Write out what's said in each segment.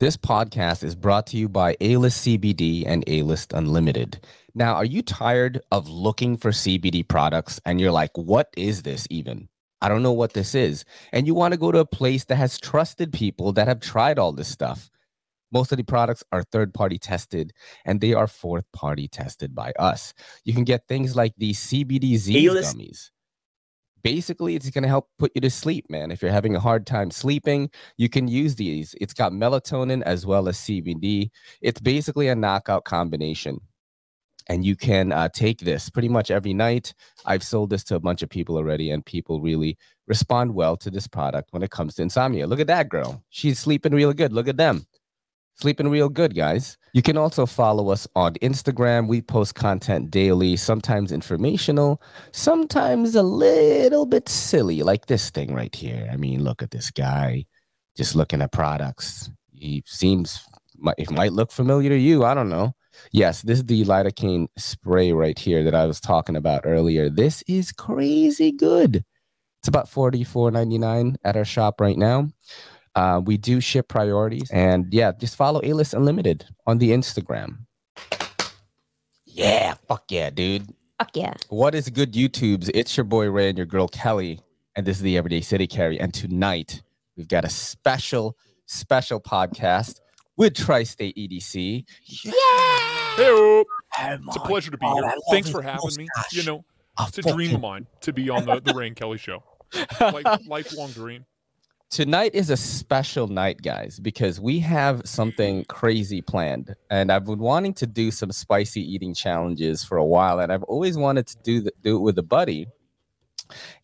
This podcast is brought to you by A List CBD and A List Unlimited. Now, are you tired of looking for CBD products and you're like, what is this even? I don't know what this is. And you want to go to a place that has trusted people that have tried all this stuff. Most of the products are third party tested and they are fourth party tested by us. You can get things like the CBDZ A-list. gummies. Basically, it's going to help put you to sleep, man. If you're having a hard time sleeping, you can use these. It's got melatonin as well as CBD. It's basically a knockout combination. And you can uh, take this pretty much every night. I've sold this to a bunch of people already, and people really respond well to this product when it comes to insomnia. Look at that girl. She's sleeping real good. Look at them. Sleeping real good, guys. You can also follow us on Instagram. We post content daily, sometimes informational, sometimes a little bit silly, like this thing right here. I mean, look at this guy just looking at products. He seems, might- it might look familiar to you. I don't know. Yes, this is the lidocaine spray right here that I was talking about earlier. This is crazy good. It's about forty four ninety nine at our shop right now. Uh, we do ship priorities, and yeah, just follow A List Unlimited on the Instagram. Yeah, fuck yeah, dude. Fuck yeah. What is good, YouTubes? It's your boy Ray and your girl Kelly, and this is the Everyday City Carry. And tonight we've got a special, special podcast with Tri-State E EDC. Hey, Oh it's a my pleasure to be God, I here. love Thanks his for having me. mustache. You know, I it's a dream fucking- of mine to be on the, the Ray and Kelly show. Like lifelong dream. Tonight is a special night, guys, because we have something crazy planned. And I've been wanting to do some spicy eating challenges for a while, and I've always wanted to do, the, do it with a buddy.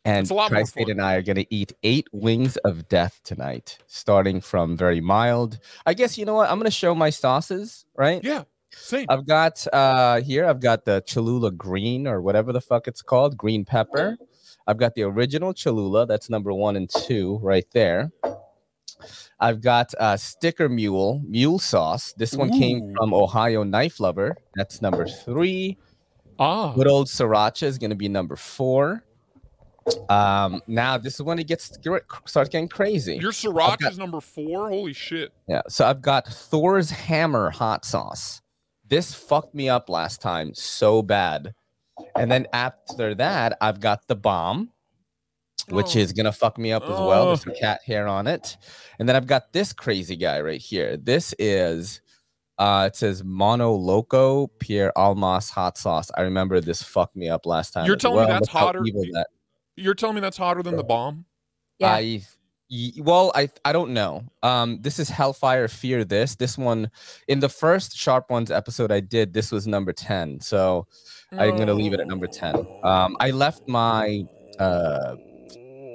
And It's a lot more Tri State fun. and I are going to eat eight wings of death tonight, starting from very mild. I guess, you know what? I'm going to show my sauces, right? Yeah, same. I've got uh here, I've got the Cholula green or whatever the fuck it's called, green pepper. I've got the original Cholula, that's number one and two right there. I've got uh sticker mule, mule sauce. This one came Ooh. from Ohio Knife Lover. That's number three. ah, Good old Sriracha is gonna be number four. Um now this is when it gets starts getting crazy. your Sriracha got- is number four. Holy shit. Yeah. So I've got Thor's Hammer hot sauce. This fucked me up last time so bad. And then after that, I've got the bomb, which Oh. is gonna fuck me up as well. There's Oh. some cat hair on it. And then I've got this crazy guy right here. This is uh it says Mono Loco Pierre Almas hot sauce. I remember this fucked me up last time. You're as telling me well. that's Look how hotter- evil that You're telling me that's hotter than the bomb? Yeah. I y- well, I I don't know. Um, this is Hellfire Fear. This this one in the first Sharp Ones episode I did. This was number ten, so I'm gonna leave it at number ten. Um, I left my uh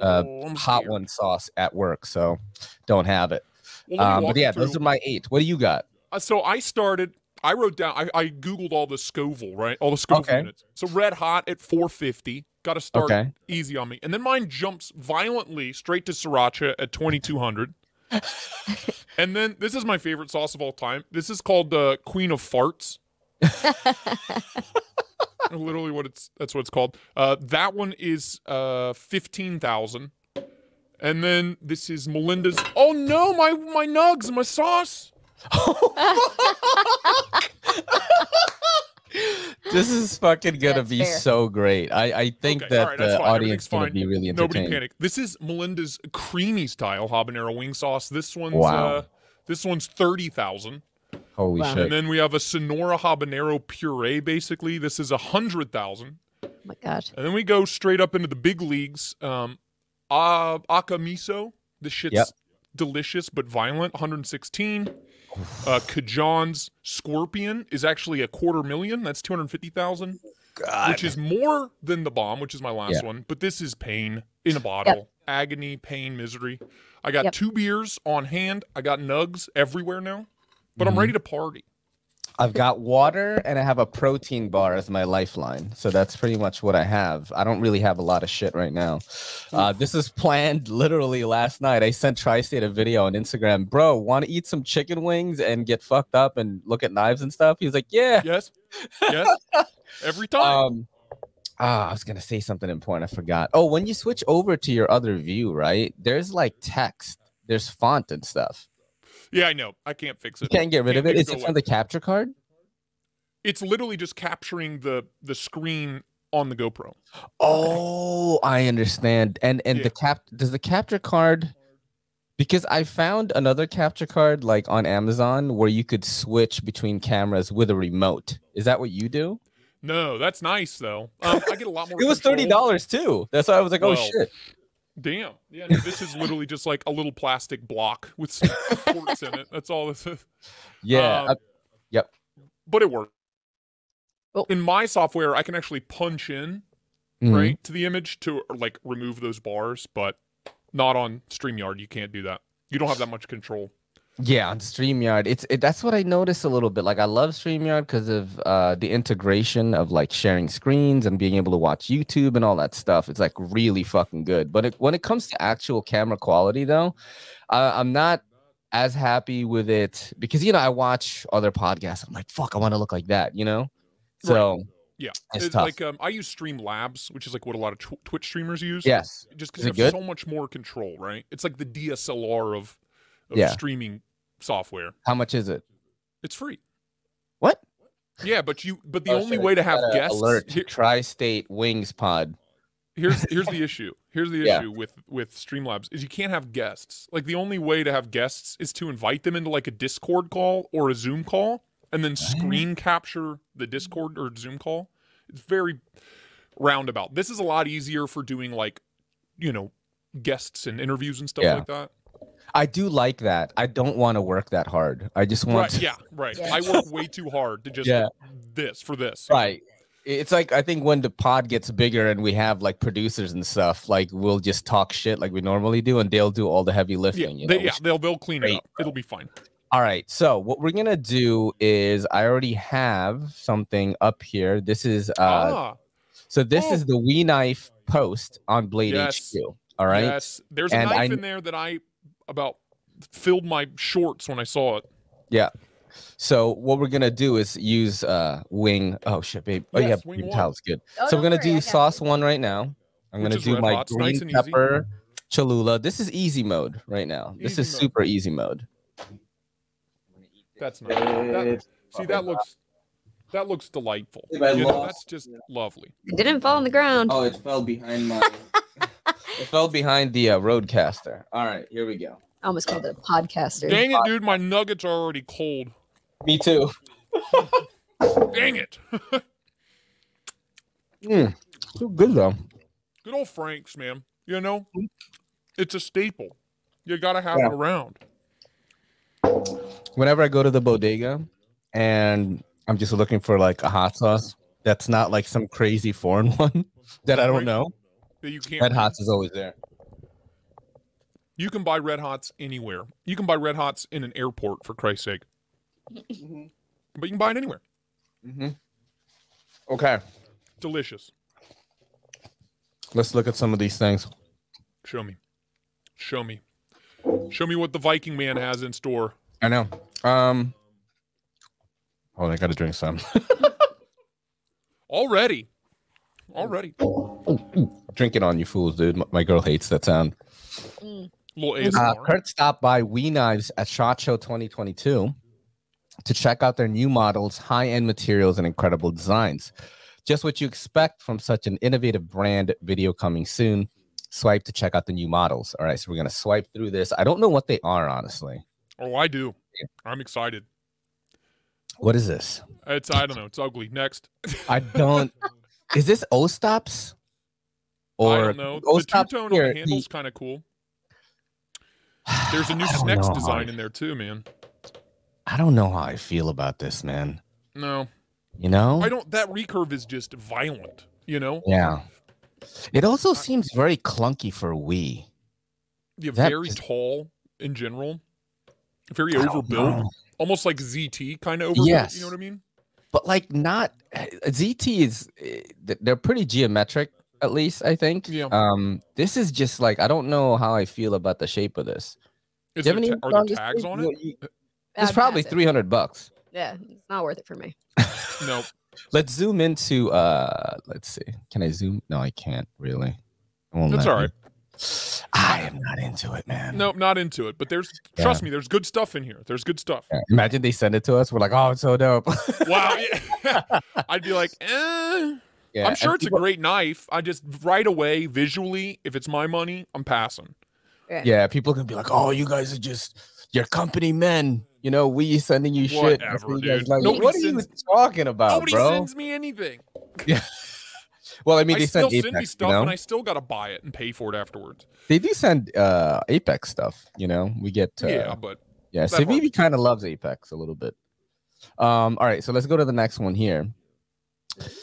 uh, Oh, I'm hot scared. one sauce at work, so don't have it. Well, let me Um, walk but you yeah, those through- are my eight. What do you got? Uh, so I started. I wrote down. I, I googled all the Scoville, right? All the Scoville Okay. units. So red hot at 450. Got to start Okay. easy on me, and then mine jumps violently straight to sriracha at 2200. and then this is my favorite sauce of all time. This is called uh, Queen of Farts. Literally, what it's that's what it's called. Uh, that one is uh, fifteen thousand. And then this is Melinda's. Oh no, my my nugs, my sauce. This is fucking gonna That's be fair. so great. I I think Okay, that alright, that's the fine. audience Everything's gonna fine. be really Nobody entertained. panic. This is Melinda's creamy style habanero wing sauce. This one's Wow. uh, this one's thirty thousand, Holy Wow. and shit! then we have a Sonora habanero puree. Basically, this is a hundred thousand, Oh my god. and then we go straight up into the big leagues. Um, uh, aka miso. This shit's Yep. delicious but violent. One hundred sixteen. Uh, Kajan's scorpion is actually a quarter million. That's two hundred fifty thousand, God. which is more than the bomb, which is my last one. But this is pain in a bottle, agony, pain, misery. I got Yep. two beers on hand. I got nugs everywhere now, but Mhm. I'm ready to party. I've got water and I have a protein bar as my lifeline. So that's pretty much what I have. I don't really have a lot of shit right now. Uh, this is planned literally last night. I sent Tri State a video on Instagram. Bro, want to eat some chicken wings and get fucked up and look at knives and stuff? He was like, Yeah. Yes, yes, every time. Um, ah, I was going to say something important. I forgot. Oh, when you switch over to your other view, right? There's like text, there's font and stuff. Yeah, I know. I can't fix You it. can't get rid Can't of it. make Is go it away. from the capture card? It's literally just capturing the the screen on the GoPro. Oh, I understand. And and Yeah. the cap does the capture card because I found another capture card like on Amazon where you could switch between cameras with a remote. Is that what you do? No, that's nice though. Um, I get a lot more. It was thirty control. dollars too. That's why I was like, oh Well, shit. Damn. Yeah, no, this is literally just like a little plastic block with some quartz in it. That's all this is. Yeah. um, I- yep. But it works. Oh. In my software, I can actually punch in mhm. right to the image to or, like remove those bars, but not on StreamYard. You can't do that. You don't have that much control. Yeah, on StreamYard. It's it, that's what I noticed a little bit. Like I love StreamYard because of uh the integration of like sharing screens and being able to watch YouTube and all that stuff. It's like really fucking good. But it, when it comes to actual camera quality though, uh, I'm not as happy with it because you know I watch other podcasts. I'm like, fuck, I want to look like that, you know? Right. So Yeah, It's It- tough. like um, I use Streamlabs, which is like what a lot of tw- Twitch streamers use. yes. just Is because it you have good? so much more control, right? It's like the DSLR of, of Yeah. streaming software. How much is it? It's free. What? Yeah, but you but the Oh, only shit, I way to just have got a guests alert here- Tri-State Wings Pod. here's here's the issue. Here's the Yeah. issue with with Streamlabs is you can't have guests. Like the only way to have guests is to invite them into like a Discord call or a Zoom call and then screen capture the Discord or Zoom call. It's very roundabout. This is a lot easier for doing like, you know, guests and interviews and stuff Yeah. like that. I do like that. I don't want to work that hard. I just want Right. Yeah. Right. Yeah. I work way too hard to just Yeah. this for this. Right. It's like I think when the pod gets bigger and we have like producers and stuff, like we'll just talk shit like we normally do, and they'll do all the heavy Yeah. lifting. you They, know? yeah. They'll they'll clean it Great, up. It'll be fine. All right. So what we're gonna do is I already have something up here. This is uh ah. so this oh. is the Wee Knife post on Blade Yes. HQ. All right. Yes. There's a And knife I- in there that I about filled my shorts when I saw it. So what we're gonna do is use uh wing. Oh shit, babe. Oh Yes, yeah, wing wing one. towel's good. Oh, so we're don't gonna worry, I do got sauce you. one right now. I'm Which gonna is do red my hot. It's nice green and easy. pepper Cholula. This is easy mode right now. this Easy is mode. super easy mode. That's nice. Um, That, see, that looks that looks delightful. If I You know, lost- that's just lovely. It didn't fall on the ground. Oh, it fell behind my. it fell behind the uh, roadcaster. All right, here we go. I almost called it a podcaster. Dang it, dude! My nuggets are already cold. Me too. Dang it! Hmm. Mm, so good though. Good old Frank's, man. You know, it's a staple. You gotta have Yeah. it around. Whenever I go to the bodega, and I'm just looking for like a hot sauce that's not like some crazy foreign one that I don't Right. know. That you can't. Red Hots is always there. You can buy Red Hots anywhere. You can buy Red Hots in an airport, for Christ's sake. Mm-hmm. But you can buy it anywhere. hmm Okay, Delicious. let's look at some of these things. Show me. Show me. Show me what the Viking man has in store. I know. Um. Hold on, I gotta drink some. Already. Already. drink it on you fools, dude. My, my girl hates that sound. little Uh, ASMR. Kurt stopped by Wee Knives at Shot Show 2022 to check out their new models, high-end materials, and incredible designs. Just what you expect from such an innovative brand. Video coming soon. Swipe to check out the new models. All right, so we're gonna swipe through this. I don't know what they are, honestly. oh, I do. I'm excited. What is this? It's I don't know. It's ugly. Next. I don't. is this O stops? I don't know. The two O-stops tone here, on the handle's kind of cool. There's a new I don't Snex know, design Harsh. in there too, man. I don't know how I feel about this, man. No, You know? I don't. That recurve is just violent. You know, Yeah. It also seems very clunky for Wii. you're That very just- tall in general, very I don't overbuilt, know. almost like ZT kind of overbuilt. Yes. You know what I mean? But like not ZT is eh, th- they're pretty geometric at least I think. Yeah. Um this is just like I don't know how I feel about the shape of this. Is Do you there have any ta- info are there this tags thing? on You it? know, you- Uh, It's probably massive. 300 bucks. Yeah, it's not worth it for me. No. Let's zoom into uh let's see. Can I zoom? No, I can't really. It won't That's let all me. right. I, I am not into it, man. Nope, not into it. But there's Yeah. trust me, there's good stuff in here. There's good stuff. Yeah, Imagine they send it to us. We're like, oh, it's so dope. Wow. yeah. I'd be like, eh. Yeah, I'm and sure it's people- a great knife. I just right away, visually, if it's my money, I'm passing. Right. Yeah, people can be like, oh, you guys are just you're company men. You know, we sending you shit. that's Whatever, what you guys dude. like. Nobody what are you sends- talking about, Nobody Oh, bro? sends me anything. well, I mean, I they still send send me Apex, stuff, you know? and I still gotta buy it and pay for it afterwards. They do send uh Apex stuff. You know, we get uh, yeah, yeah. but yeah. that part. Civivi kind of loves Apex a little bit. Um. All right, so let's go to the next one here.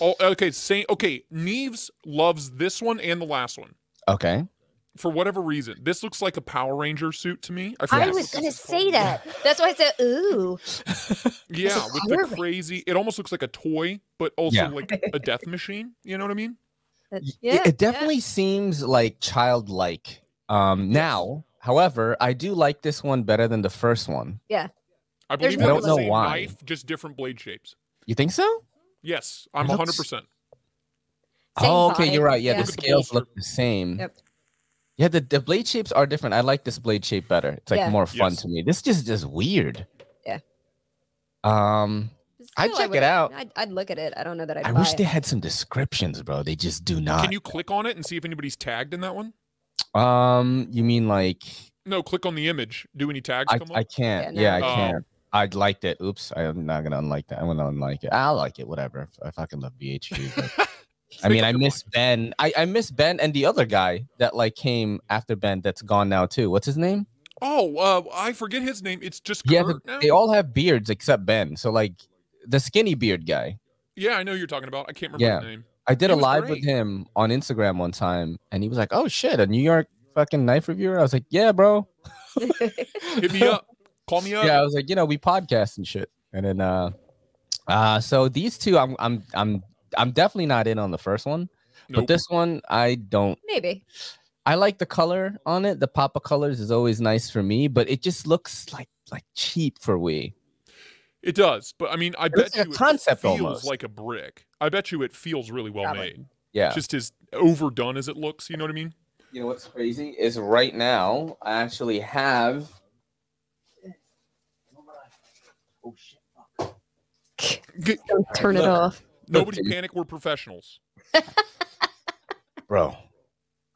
oh, okay. Same. Okay, Neves loves this one and the last one Okay. for whatever reason. This looks like a Power Ranger suit to me. I forget was what gonna this is called. say that. That's why I said ooh. Yeah, a with Power the Ranger. crazy. It almost looks like a toy, but also Yeah. like a death machine. You know what I mean? That- Y- it- yeah, it, definitely seems like childlike. Um. Now, however, I do like this one better than the first one. I There's no believe they're the I don't same know why. knife, just different blade shapes. You think so? Yes, I'm It looks- 100. percent Same oh, okay, vibe, you're right. Yeah, yeah. the Look at the scales bolster. look the same. Yep. Yeah, the, the blade shapes are different. I like this blade shape better. It's like Yeah. more fun Yes. to me. This just is weird. Yeah. Um, yeah. I'd Still, check it would- out. I'd, I'd look at it. I don't know that I'd I buy wish it. they had some descriptions, bro. They just do not. Can you click on it and see if anybody's tagged in that one? um, you mean like No, click on the image. Do any tags I, come I up? can't? no. Yeah, I Oh. can't. I liked it. Oops, I'm not gonna unlike that. I'm gonna unlike it. I like it. Whatever. I fucking love BHG. but- I Make mean, up I your miss Ben. I, I miss Ben and the other guy that like came after Ben that's gone now too. What's his name? Oh, uh, I forget his name. It's just Yeah, Kurt now? They all have beards except Ben. So like the skinny beard guy. yeah, I know who you're talking about. I can't remember his name. I did He a was live with great. him on Instagram one time and he was like, Oh shit, a New York fucking knife reviewer. I was like, Yeah, bro. Hit me up. Call me up. yeah, I was like, you know, we podcast and shit. And then uh uh so these two I'm I'm I'm I'm definitely not in on the first one. Nope. But this one I don't Maybe. I like the color on it. The pop of colors is always nice for me, but it just looks like like cheap for we. It does, but I mean, I looks bet like a you concept it feels almost. like a brick. I bet you it feels really well Probably. made. Yeah. Just as overdone as it looks. You know what I mean? You know what's crazy is right now I actually have. Oh shit! G- Don't turn it look. off. Nobody dude. panic. We're professionals. Bro,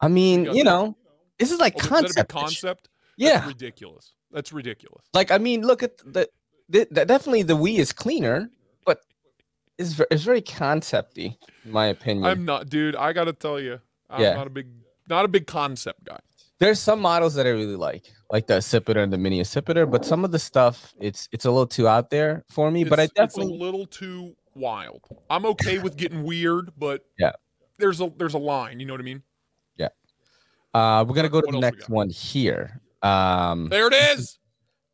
I mean, got you that. know, this is like Oh, that- that'd be concept. ish. concept. That's Yeah, ridiculous. That's ridiculous. like I mean, look at the, the, the definitely the Wii is cleaner, but it's ver- it's very concepty, in my opinion. I'm not, dude. I gotta tell you, I'm Mm. Yeah. not a big, not a big concept guy. There's some models that I really like, like the Accipiter and the Mini Accipiter, but some of the stuff it's it's a little too out there for me. but I It's- definitely it's a little too wild. I'm okay with getting weird, but Yeah. there's a there's a line. You know what I mean? Uh, we're gonna go to What the else we next got? one here. Um, There it is.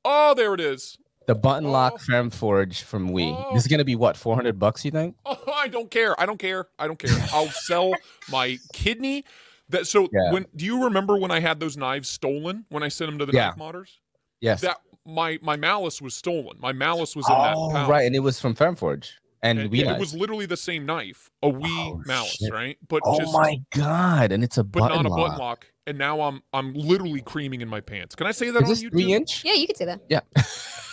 Oh, there it is. the button Oh. lock Femme Forge from Wii. This is Oh. gonna be what 400 bucks, you think? Oh, I don't care. I don't care. I don't care. I'll sell my kidney. That so Yeah. when do you remember when I had those knives stolen when I sent them to the Yeah. knife modders? Yes. That my my malice was stolen. My malice was in oh, that pouch. right, and it was from Femme Forge and, And Wii. it knife. was literally the same knife, a wee Oh, malice, shit. right? But oh just my god, and it's a but button not a lock. butt lock. And now I'm I'm literally creaming in my pants. Can I say that Is on this YouTube? three inch? Yeah, you could say that.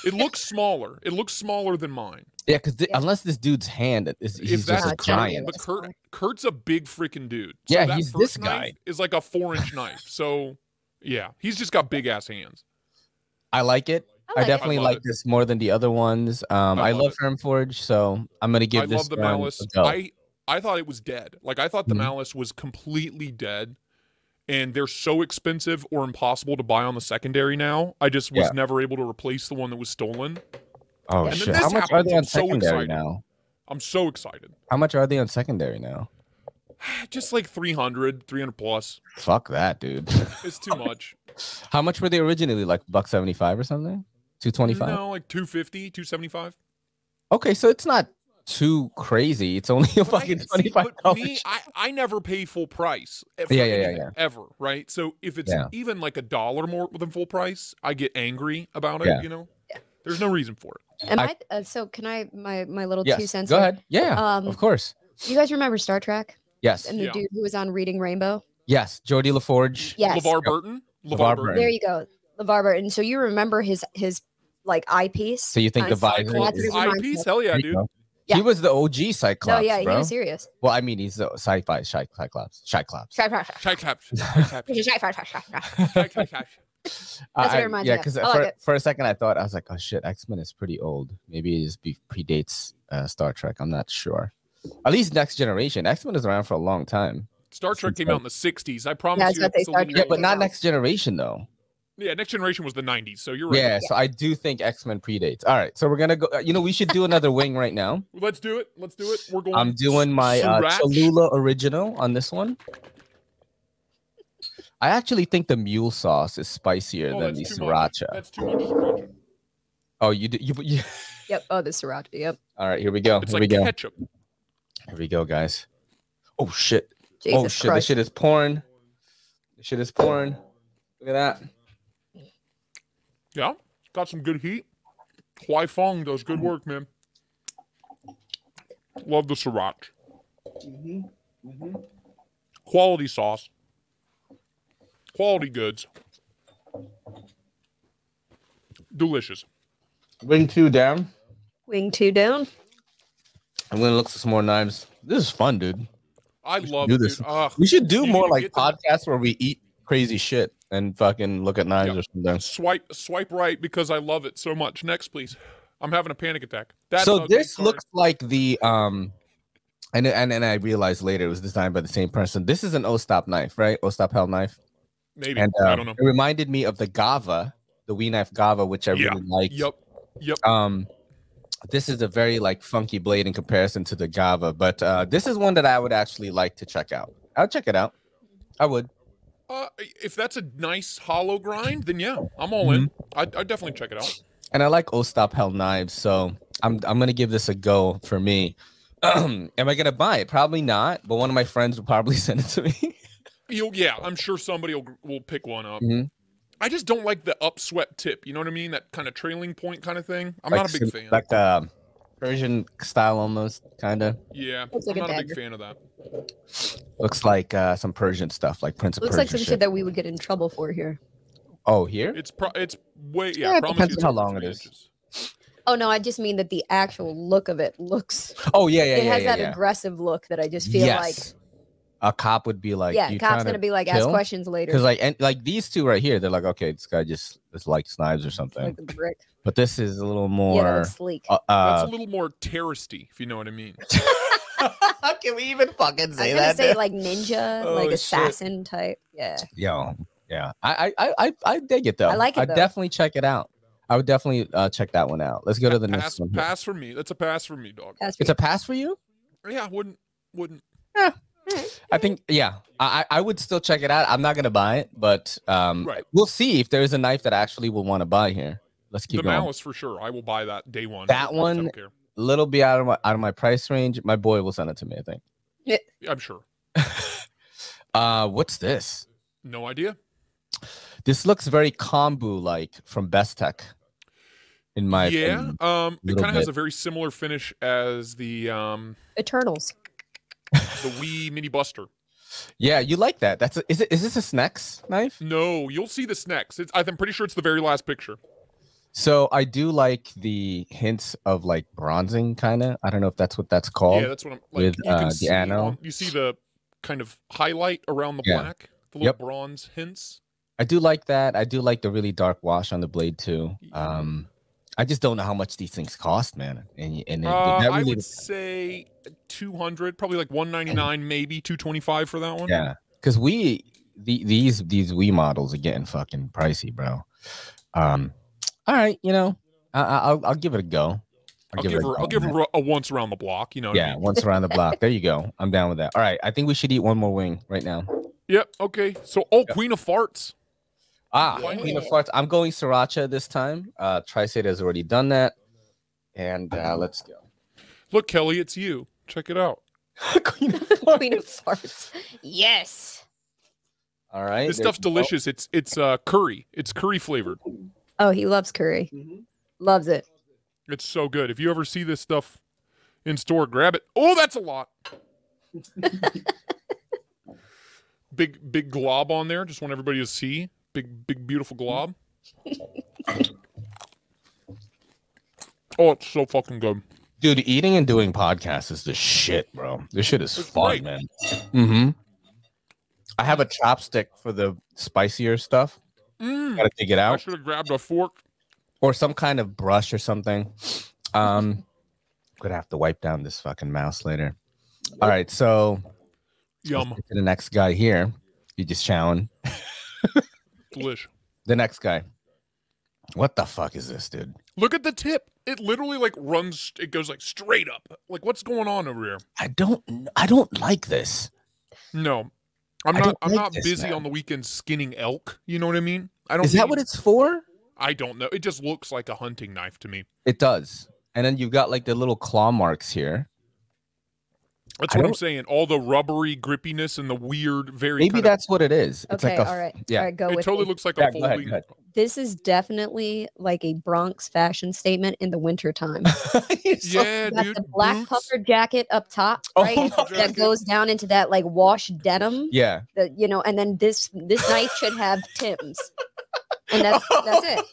It looks smaller. It looks smaller than mine. Yeah, because Yeah. unless this dude's hand is he's if that's just a Kurt, giant. But That's Kurt, fine. Kurt's a big freaking dude. So Yeah, that he's first this knife guy. Is like a four inch knife. So yeah, he's just got big ass hands. I like it. I, I, like it. definitely love like it. this more than the other ones. Um, I I, love love it. Femme Forge, so I'm gonna give I this. love the one a malice. go. I I thought it was dead. Like I thought the Mhm. malice was completely dead. And they're so expensive or impossible to buy on the secondary now. I just was Yeah. never able to replace the one that was stolen. oh and then shit! this How much are happens, they on I'm so secondary excited. now? I'm so excited. How much are they on secondary now? Just like 300, 300 plus. Fuck that, dude. It's too much. How much were they originally? Like buck seventy five or something? Two twenty five. No, like 250, 275. Okay, so it's not too crazy. It's only a But I- fucking see, twenty five but dollars. Me, I, I never pay full price. e- for Yeah, yeah, yeah, anything, yeah. Ever right? So if it's Yeah. even like a dollar more than full price, I get angry about it. Yeah. You know, there's no reason for it. Am I- I, uh, so can I my my little two Yes. cents? Go here? ahead. Yeah. Um, of course. You guys remember Star Trek Yes. and the Yeah. dude who was on Reading Rainbow? Yes. Jody LaForge. Yes. LeVar Burton. LeVar LeVar Burton. There Right. you go, LeVar Burton. So you remember his his like eyepiece? So you think the Nice. visor? Cyclops. is- That's- Eyepiece? Hell yeah, There you dude. go. Yeah. He was the OG no, Cyclops, Oh, yeah, he bro. was serious. well, I mean, he's the sci-fi Cy- Cyclops. Cyclops. Try, try, try, try, Shy clap. Shy clap. try, try, try, try, try. Shy clap, clap. I- what it I- reminds yeah, me of. because I like for, it. for a second I thought I was like, oh shit, X Men is pretty old. Maybe it just be, predates uh, Star Trek. I'm not sure. At least Next Generation. X Men is around for a long time. Star Trek came out in the 60s. I promise That's you. what they it's a Star little Yeah, Trek but came older. not out. Next Generation though. Yeah, Next Generation was the 90s, so you're right. Yeah, so I do think X Men predates. All right, so we're gonna go. uh, You know, we should do another wing right now. Let's do it. Let's do it. We're going. I'm doing my uh, Sriracha. Cholula original on this one. I actually think the mule sauce is spicier Oh, than the that's too much. sriracha. That's too much. Sriracha. Oh, you, d- you you. Yep. Oh, the sriracha. Yep. All right, here we go. It's here like we go. ketchup. Here we go, guys. Oh shit. Jesus oh shit, this Christ. shit is pouring. This shit is pouring. Look at that. Yeah, got some good heat. Huai Fong does good work, man. Love the sriracha. Quality sauce. Quality goods. Delicious. Wing two down. Wing two down. I'm gonna look for some more knives. This is fun, dude. I love do dude. this. Ugh. We should do You more can like get them- podcasts where we eat crazy shit and fucking look at knives Yeah. or something. Swipe swipe right because I love it so much. Next, please. I'm having a panic attack. That's so ugly, this sorry. looks like the um and, and and I realized later it was designed by the same person. This is an O-stop knife, right? O-stop hell knife. maybe And I um, don't know. it reminded me of the Gava, the Wee Knife Gava, which I Yeah. really liked. Yep. Yep. um this is a very like funky blade in comparison to the Gava, but uh this is one that I would actually like to check out. I'll check it out. I would. Uh, if that's a nice hollow grind, then yeah, I'm all in. Mm-hmm. I I definitely check it out. And I like Old Stop Hell knives, so I'm I'm gonna give this a go for me. Am I gonna buy it? Probably not, but one of my friends will probably send it to me. You'll, yeah, I'm sure somebody will, will pick one up. Mhm. I just don't like the upswept tip. You know what I mean? That kind of trailing point kind of thing. I'm Like not a big sim- fan. Like uh, Persian style almost, kinda. yeah, Looks like I'm a not a big dagger. fan of that. Looks like uh some Persian stuff, like Prince of Looks Persia. like some shit. shit that we would get in trouble for here. oh, here? It's pro- it's way yeah. Yeah, I it promise depends on you it's how over long it three is. inches. Oh no, I just mean that the actual look of it looks. Oh yeah, yeah, it yeah, has yeah, that yeah. aggressive look that I just feel Yes. a cop would be like. like, yeah, "You cops trying to gonna be like, ask kill?" questions later. Because like and like these two right here, they're like, okay, this guy just just likes knives or something. Like the brick. But this is a little yeah, that more. looks sleek. uh, That's uh, a little more terroristy, if you know what I mean. how can we even fucking I'm gonna say like ninja, Oh, like shit. assassin type. Yeah. Yo, yeah, I I I I- I dig it though. I like it, I though. definitely check it out. I would definitely uh, check that one out. Let's go to the pass, next one. here. pass for me. That's a pass for me, dog. That's It's a pass for you. Yeah, wouldn't wouldn't. I think yeah, I I I would still check it out. I'm not gonna buy it, but um, Right. we'll see if there is a knife that I actually will want to buy here. Let's keep the going. malice for sure. I will buy that day one. That I one- don't care. A little bit out of my out of my price range. My boy will send it to me. I think. I'm sure. Uh, what's this? No idea. This looks very kombu like from Best Tech. In my yeah. opinion. Um. It little kind of has bit. a very similar finish as the um Eternals. the Wii Mini Buster. yeah, you like that. That's a, is it? Is this a Snex knife? No, you'll see this next. It's, I'm pretty sure it's the very last picture. So I do like the hints of like bronzing, kind of. I don't know if that's what that's called. yeah, that's what I'm like. with, you can uh, the see anno. on- you see the kind of highlight around the Yeah. black, the little Yep. bronze hints. I do like that. I do like the really dark wash on the blade too. Um, I just don't know how much these things cost, man. And and it, Uh, that I really would say 200, probably like 199, maybe 225 for that one. Yeah, because we the, these these we models are getting fucking pricey, bro. Um, all right, you know, I, I- I'll I'll give it a go. I'll give, it a her. go, I'll give man. her a once around the block. You know. What I Yeah, mean? once around the block. There you go. I'm down with that. All right, I think we should eat one more wing right now. Yep. Okay. So, oh, Queen of Farts. Ah, Yeah. Queen of Farts. I'm going sriracha this time. Uh, Tri-State has already done that, and Uh-huh. uh, let's go. Look, Kelly, it's you. Check it out. Queen of Queen of farts. Yes. All right, This there stuff's you go. delicious. It's it's uh, curry. It's curry flavored. Oh, he loves curry. Mm-hmm. Loves it. It's so good. If you ever see this stuff in store, grab it. Oh, that's a lot. big big glob on there. Just want everybody to see. Big, big, beautiful glob. oh, it's so fucking good. Dude, eating and doing podcasts is the shit, bro. This shit is It's fun, great. man. Mm-hmm. I have a chopstick for the spicier stuff. Mm, Gotta dig it I out. should have grabbed a fork. Or some kind of brush or something. Um gonna have to wipe down this fucking mouse later. All right, so Yum, to the next guy here. You just chowing. delish. The next guy. What the fuck is this, dude? Look at the tip. It literally like runs. It goes like straight up. Like what's going on over here? I don't kn- I don't like this. No, I'm I not. don't I'm like not this, busy man. on the weekends skinning elk. You know what I mean? I don't. Is that need- what it's for? I don't know. It just looks like a hunting knife to me. It does. And then you've got like the little claw marks here. That's I what I'm don't- saying. All the rubbery grippiness and the weird, very Maybe kind that's what it is. It's Okay, like a all right. yeah. All right, go Of, it with totally me. looks like Yeah, a go ahead, folding. go ahead. This is definitely like a Bronx fashion statement in the wintertime. Yeah, You got dude. the black boots. puffer jacket up top, Oh right? my God. that goes down into that like wash denim. yeah. that you know, and then this this knife should have Tim's, and that's that's it.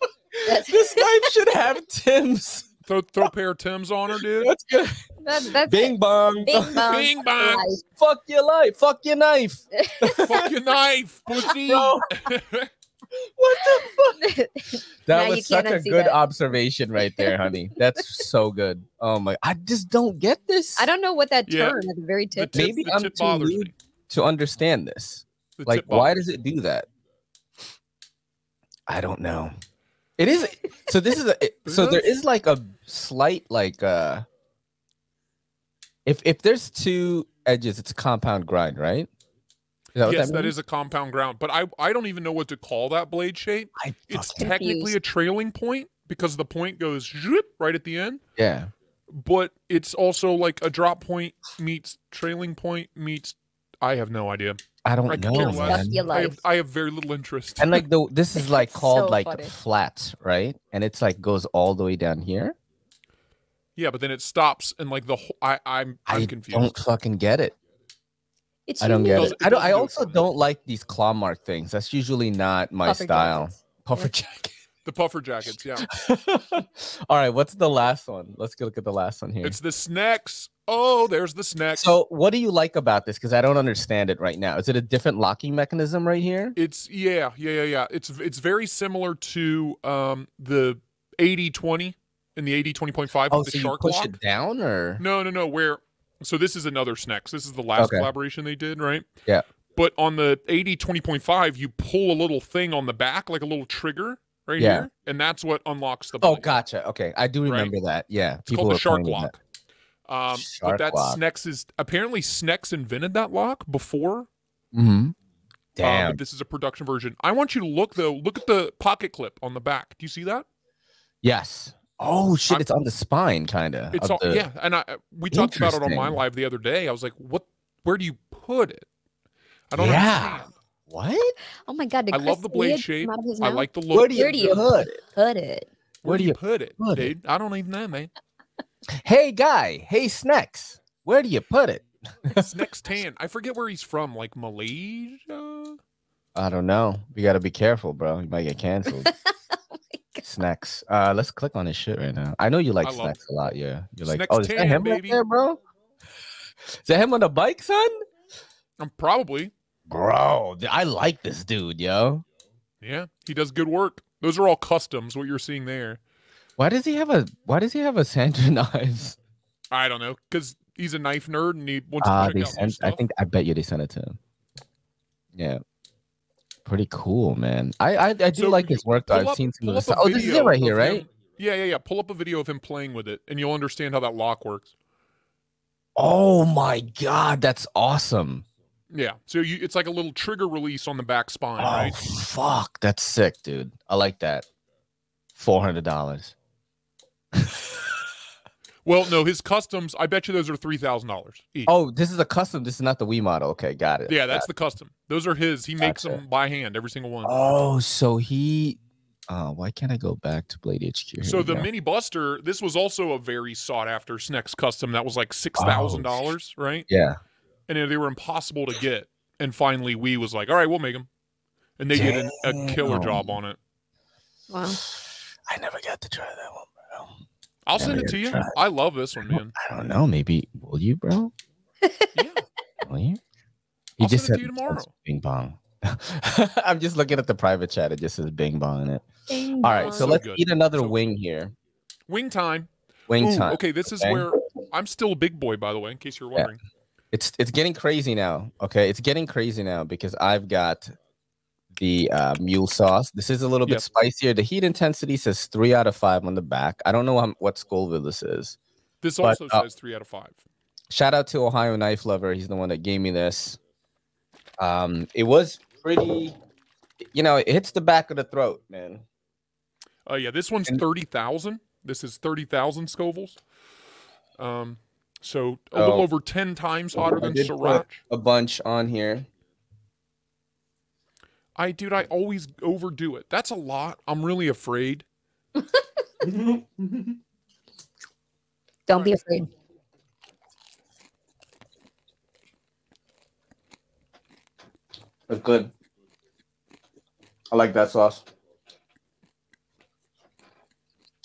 That's- this knife should have Tim's. Throw, throw a pair of Tim's on her, dude. That's good. That, that's Bing bong. it. Bing bong. Bing bong. Life. Fuck your life. Fuck your knife. Fuck your knife, pussy. Bro. What the fuck? That Now you was such a can't unsee good that. observation right there, honey. That's so good. Oh my I just don't get this. I don't know what that Yeah. term at the very the tip. tip, Maybe the I'm tip too bothers rude. me. to understand this. The like tip why bothers does it do that i don't know it is so this is a it- so there is like a slight like uh if if there's two edges it's a compound grind right is that me. yes, that means? is a compound ground, but I I don't even know what to call that blade shape. I It's fucking- technically a trailing point because the point goes zhup right at the end, yeah but it's also like a drop point meets trailing point meets. I have no idea. i don't I could care know less. man. Stuff you I have like. I have very little interest. and like the this is like It's called so like funny. flat right and it's like goes all the way down here Yeah, but then it stops and like the whole, I I'm I'm I confused. don't fucking get it It's i don't get unique. it Doesn't- i don't doesn't i do it also for me. don't like these claw mark things that's usually not my Puffer style jackets. puffer Yeah. jacket The puffer jackets, yeah. All right, what's the last one? Let's go look at the last one here. It's the snacks. Oh, there's the snacks. So, what do you like about this? Because I don't understand it right now. Is it a different locking mechanism right here? it's yeah, yeah, yeah, yeah. It's it's very similar to um the 80 20 and the 80 20.5 Oh, with so the you shark push lock. it down, or No, no, no, where so this is another snacks. This is the last Okay. collaboration they did, right? Yeah. But on the 80 20.5, you pull a little thing on the back like a little trigger right Yeah. here, and that's what unlocks the oh, blade. gotcha. Okay, I do Right. remember that. Yeah, It's called the were Shark playing with Lock. Um, Shark but that's lock. Snex is apparently Snex invented that lock before. um, that. Mhm. but Damn. this is a production version. I want you to look though. Look at the pocket clip on the back. Do you see that? yes. Oh shit! I'm- it's on the spine, kind of. It's all, yeah. And I uh, we talked about it on my Interesting. live the other day. I was like, what? Where do you put it? I don't Yeah. understand. What? Oh my god! Did I love Chris the blade Leah come shape. Out of his I mouth? like the look. Where do you, Where do you put it? Put it. Where do you put it, put it? dude? I don't even know, man. Hey guy. Hey snacks. Where do you put it? Snex Tan. I forget where he's from. Like Malaysia. I don't know. You got to be careful, bro. You might get canceled. Snacks. Uh, let's click on this shit right now. I know you like I love snacks a lot. Yeah, you're like, Snacks oh, is that 10, him right baby." there, bro? Is that him on the bike, son? I'm Um, probably. Bro, th- I like this dude, yo. Yeah, he does good work. Those are all customs. What you're seeing there. Why does he have a Why does he have a Sandra knives? I don't know, because he's a knife nerd and he wants to Ah, check they out new sent. I stuff. think I bet you they sent it to him. Yeah, pretty cool, man. I I, I do So like you his work. though. Pull I've up- seen some of pull the up a stuff. Oh, this is it video right here, of right? him- Yeah, yeah, yeah. Pull up a video of him playing with it, and you'll understand how that lock works. Oh my god, that's awesome. Yeah, so you, it's like a little trigger release on the back spine, Oh right? fuck, that's sick, dude. I like that. Four hundred dollars. Well, no, his customs. I bet you those are three thousand dollars each. Oh, this is a custom. This is not the Wii model. Okay, got it. yeah, that's the custom. Those are his. He makes Gotcha. them by hand, every single one. Got it. Oh, so he. Oh, why can't I go back to Blade HQ? Here so we the go. mini buster, this was also a very sought after Snex custom that was like Oh, six thousand dollars, right? yeah, and they were impossible to get. And finally, we was like, all right, we'll make them. and they did an, a killer Damn. job on it. Wow. I never got to try that one, bro. I'll Yeah, send we it to gotta you. try it. I love this one, man. I don't know. Maybe will you, bro? Yeah. Will you? I'll send it to said you tomorrow. Bing bong. I'm just looking at the private chat. It just says bing bong in it. All right, so So let's good. eat another So good. wing here. Wing time. Wing Ooh, time. okay, this is okay? where I'm still a big boy, by the way, in case you're Yeah. wondering. It's it's getting crazy now. Okay, it's getting crazy now because I've got the uh, mule sauce. This is a little bit Yes. spicier. The heat intensity says three out of five on the back. I don't know how, what Scoville this is. This But, also uh, says three out of five. Shout out to Ohio Knife Lover. He's the one that gave me this. Um, it was pretty. You know, it hits the back of the throat, man. Oh yeah, this one's And- thirty thousand. This is thirty thousand scovilles. Um, so a little Oh. over ten times hotter I than did put- Sriracha. A bunch on here. I dude, I always overdo it. That's a lot. I'm really afraid. Don't be afraid. It's good. I like that sauce.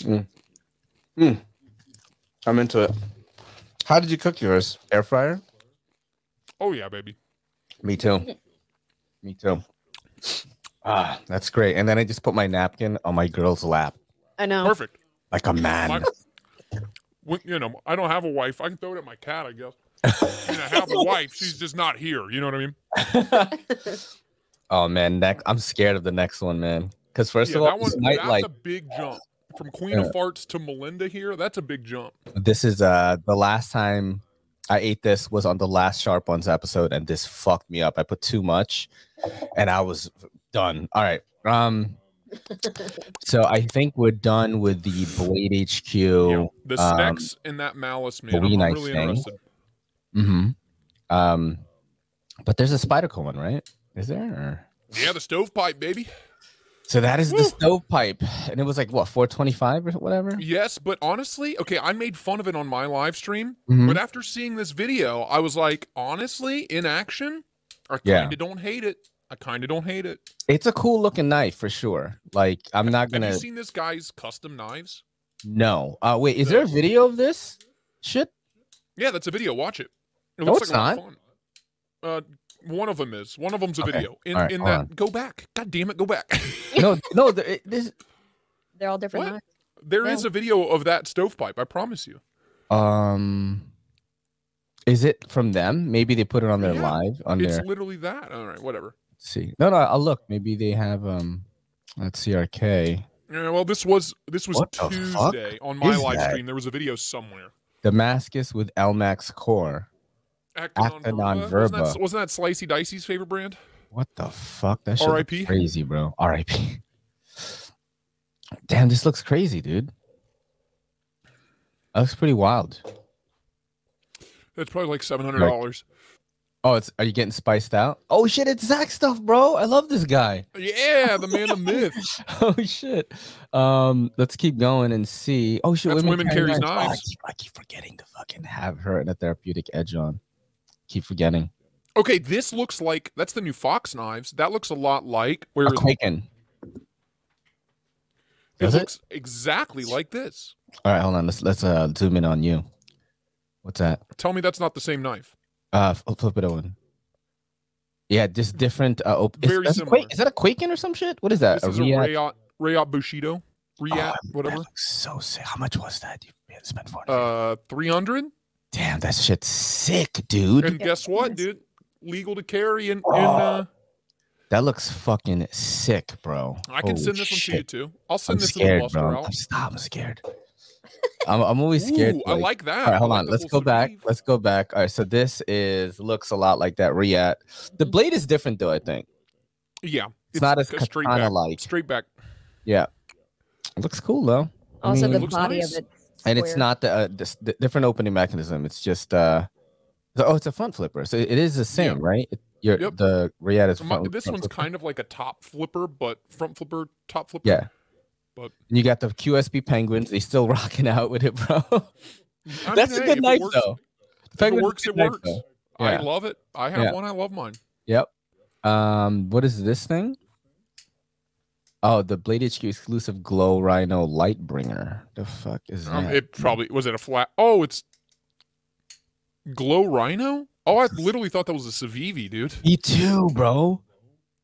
Mm. Mm. I'm into it. How did you cook yours? Air fryer? Oh yeah, baby. Me too. Me too. Ah, that's great. And then I just put my napkin on my girl's lap I know. Perfect. like a My- man. When- you know, I don't have a wife. I can throw it at my cat, I guess. and I have a wife. She's just not here. You know what I mean? oh man, that, I'm scared of the next one, man. Because first yeah, of all, that one, this might that's like a big jump from Queen of Farts to Melinda here. That's a big jump. this is uh the last time I ate this was on the last Sharp Ones episode, and this fucked me up. I put too much, and I was done. All right, um, so I think we're done with the Blade HQ. Yeah, the um, snacks and that malice, man. the I'm, wee I'm knife really thing. interested. hmm Um, but there's a Spyderco one, right? Is there? Or- Yeah, the stovepipe, baby. So that is the Woo. stovepipe, and it was like what 425 or whatever. Yes, but honestly, okay, I made fun of it on my live stream, Mhm. but after seeing this video, I was like, honestly, in action, I Yeah. kind of don't hate it. I kind of don't hate it. It's a cool looking knife for sure. Like I'm not Have gonna you seen this guy's custom knives? no. Uh, wait, is there a the- video of this shit? Yeah, that's a video. Watch it. It No, looks it's like a lot of fun. Uh, one of them is. One of them's a Okay. video. In, All right, in hold that, on. go back. God damn it, go back. No, no. there- it- This They're all different. What? knives. There is No. a video of that stovepipe. I promise you. Um, is it from them? Maybe they put it on their Yeah, live on It's their. literally that. All right, whatever. Let's see, no, no. I'll look. Maybe they have um. Let's see, RK. Yeah, well, this was this was What the fuck Tuesday on my is live that? stream. There was a video somewhere. Damascus with Elmax core. Acta Acta non verba. Wasn't non-verba. that, wasn't that Slicey Dicey's favorite brand? What the fuck? That shit looks RIP? crazy, bro. R.I.P. Damn, this looks crazy, dude. That looks pretty wild. That's probably like seven hundred dollars. Oh, it's are you getting spiced out? Oh shit, it's Zach stuff, bro. I love this guy. Yeah, the man of myth. oh shit. Um, let's keep going and see. Oh shit, That's Women Carries Oh, I, Knives. keep, I keep forgetting to fucking have her and a therapeutic edge on. Keep forgetting. Okay, this looks like that's the new Fox knives. That looks a lot like where A it Quaken. Does it? looks exactly like this. All right, hold on. Let's let's uh zoom in on you. What's that? Tell me that's not the same knife. Uh, f- flip it over. Yeah, just different. Uh, op- is, Very that's a similar. Quake, is that a Quaken or some shit? What is that? This is a Riat? Rayot Rayot Bushido, Uh, Oh, Rayot That whatever. looks so sick. How much was that? You spent for it. Uh, three hundred. Damn, that shit's sick, dude. And Yeah, guess what, yes. dude? Legal to carry in. in Oh, uh, That looks fucking sick, bro. I can Holy send this shit. one to you too. I'll I'm send this to the scared, buster bro. out. I'm, st- I'm scared. I'm, I'm always scared. Ooh, I like that. All right, hold I like on. the Let's go full back. sleeve. Let's go back. All right. So this is looks a lot like that Riat. The blade is different though. I think Yeah, it's, not as Mm-hmm. a straight katana back. like. Straight back. Yeah. It looks cool though. I Also, mean- the looks body nice. of it. Mm. and it's not the, uh, this, the different opening mechanism. It's just uh, the, oh, it's a front flipper. So it is the same, right? It, your Yep. the Riad is So my- front. this front one's flipper. kind of like a top flipper, but front flipper, top flipper. yeah. but- And you got the QSB Penguins. They still rocking out with it, bro. I That's a mean, hey, if good it knife works- though. If it Penguins is a works, good it knife, works. though. I Yeah. love it. I have Yeah. one. I love mine. Yep. Um, what is this thing? Oh, the Blade HQ exclusive Glow Rhino Lightbringer. The fuck is Um, that? it probably was it a flat. Oh, it's glow rhino. Oh, I literally thought that was a Civivi, dude. Me too, bro.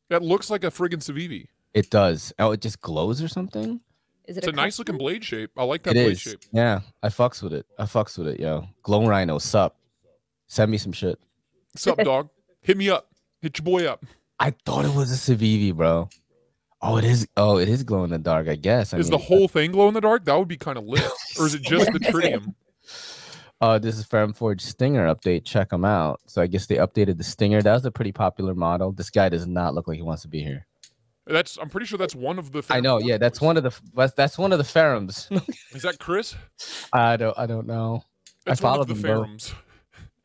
That looks like a friggin' Civivi. It does. Oh, it just glows or something. Is it It's a nice looking blade shape. I like that It blade is. shape. Yeah, I fucks with it. I fucks with it, yo. Glow Rhino, sup? Send me some shit. Sup, dog? Hit me up. Hit your boy up. I thought it was a Civivi, bro. Oh, it is. Oh, it is glow in the dark. I guess. I Is the mean, uh, whole thing glow in the dark? That would be kind of lit. Or is it just the tritium? Uh, this is Fermforge Stinger update. Check them out. So I guess they updated the Stinger. That was a pretty popular model. This guy does not look like he wants to be here. That's. I'm pretty sure that's one of the. I know. Yeah, that's one of the. That's, that's one of the Ferums. Is that Chris? I don't. I don't know. That's followed one them of the both. Ferums.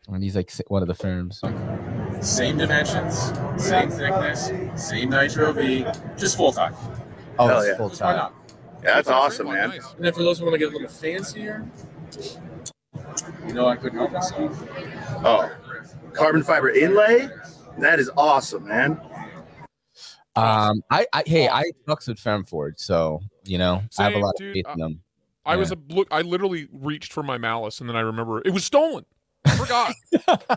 And he's like s- one of the Ferums. Same dimensions, same thickness, same nitro V, just full time. Oh, Hell it's yeah. full Why time. not? that's awesome, Nice. man. And then for those who want to get a little fancier, you know I couldn't help myself. Oh, carbon fiber inlay. That is awesome, man. Um, I, I hey, I fucks with Fermforge, so you know I have a Same, lot dude. uh, of faith in I- them. I was a look. I literally reached for my malice, and then I remember it was stolen. I forgot.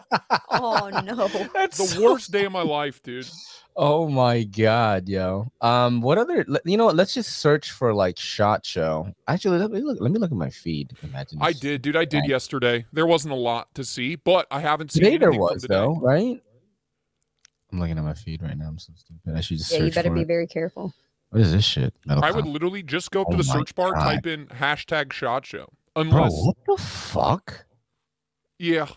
Oh no. That's the worst day of my life, dude. Oh my god, yo. Um, what other? le- You know what? Let's just search for like shot show. Actually, let me look. Let me look at my feed. Imagine I this. did, dude. I did Right. yesterday. There wasn't a lot to see, but I haven't seen Today there anything from was today. though, right? I'm looking at my feed right now. I'm so stupid. I should just Yeah, you search better for be it. very careful. What is this shit? Metal I would Cop- literally just go up to Oh the my search bar, God. type in hashtag shot show. Bro, Unless, what the fuck? yeah,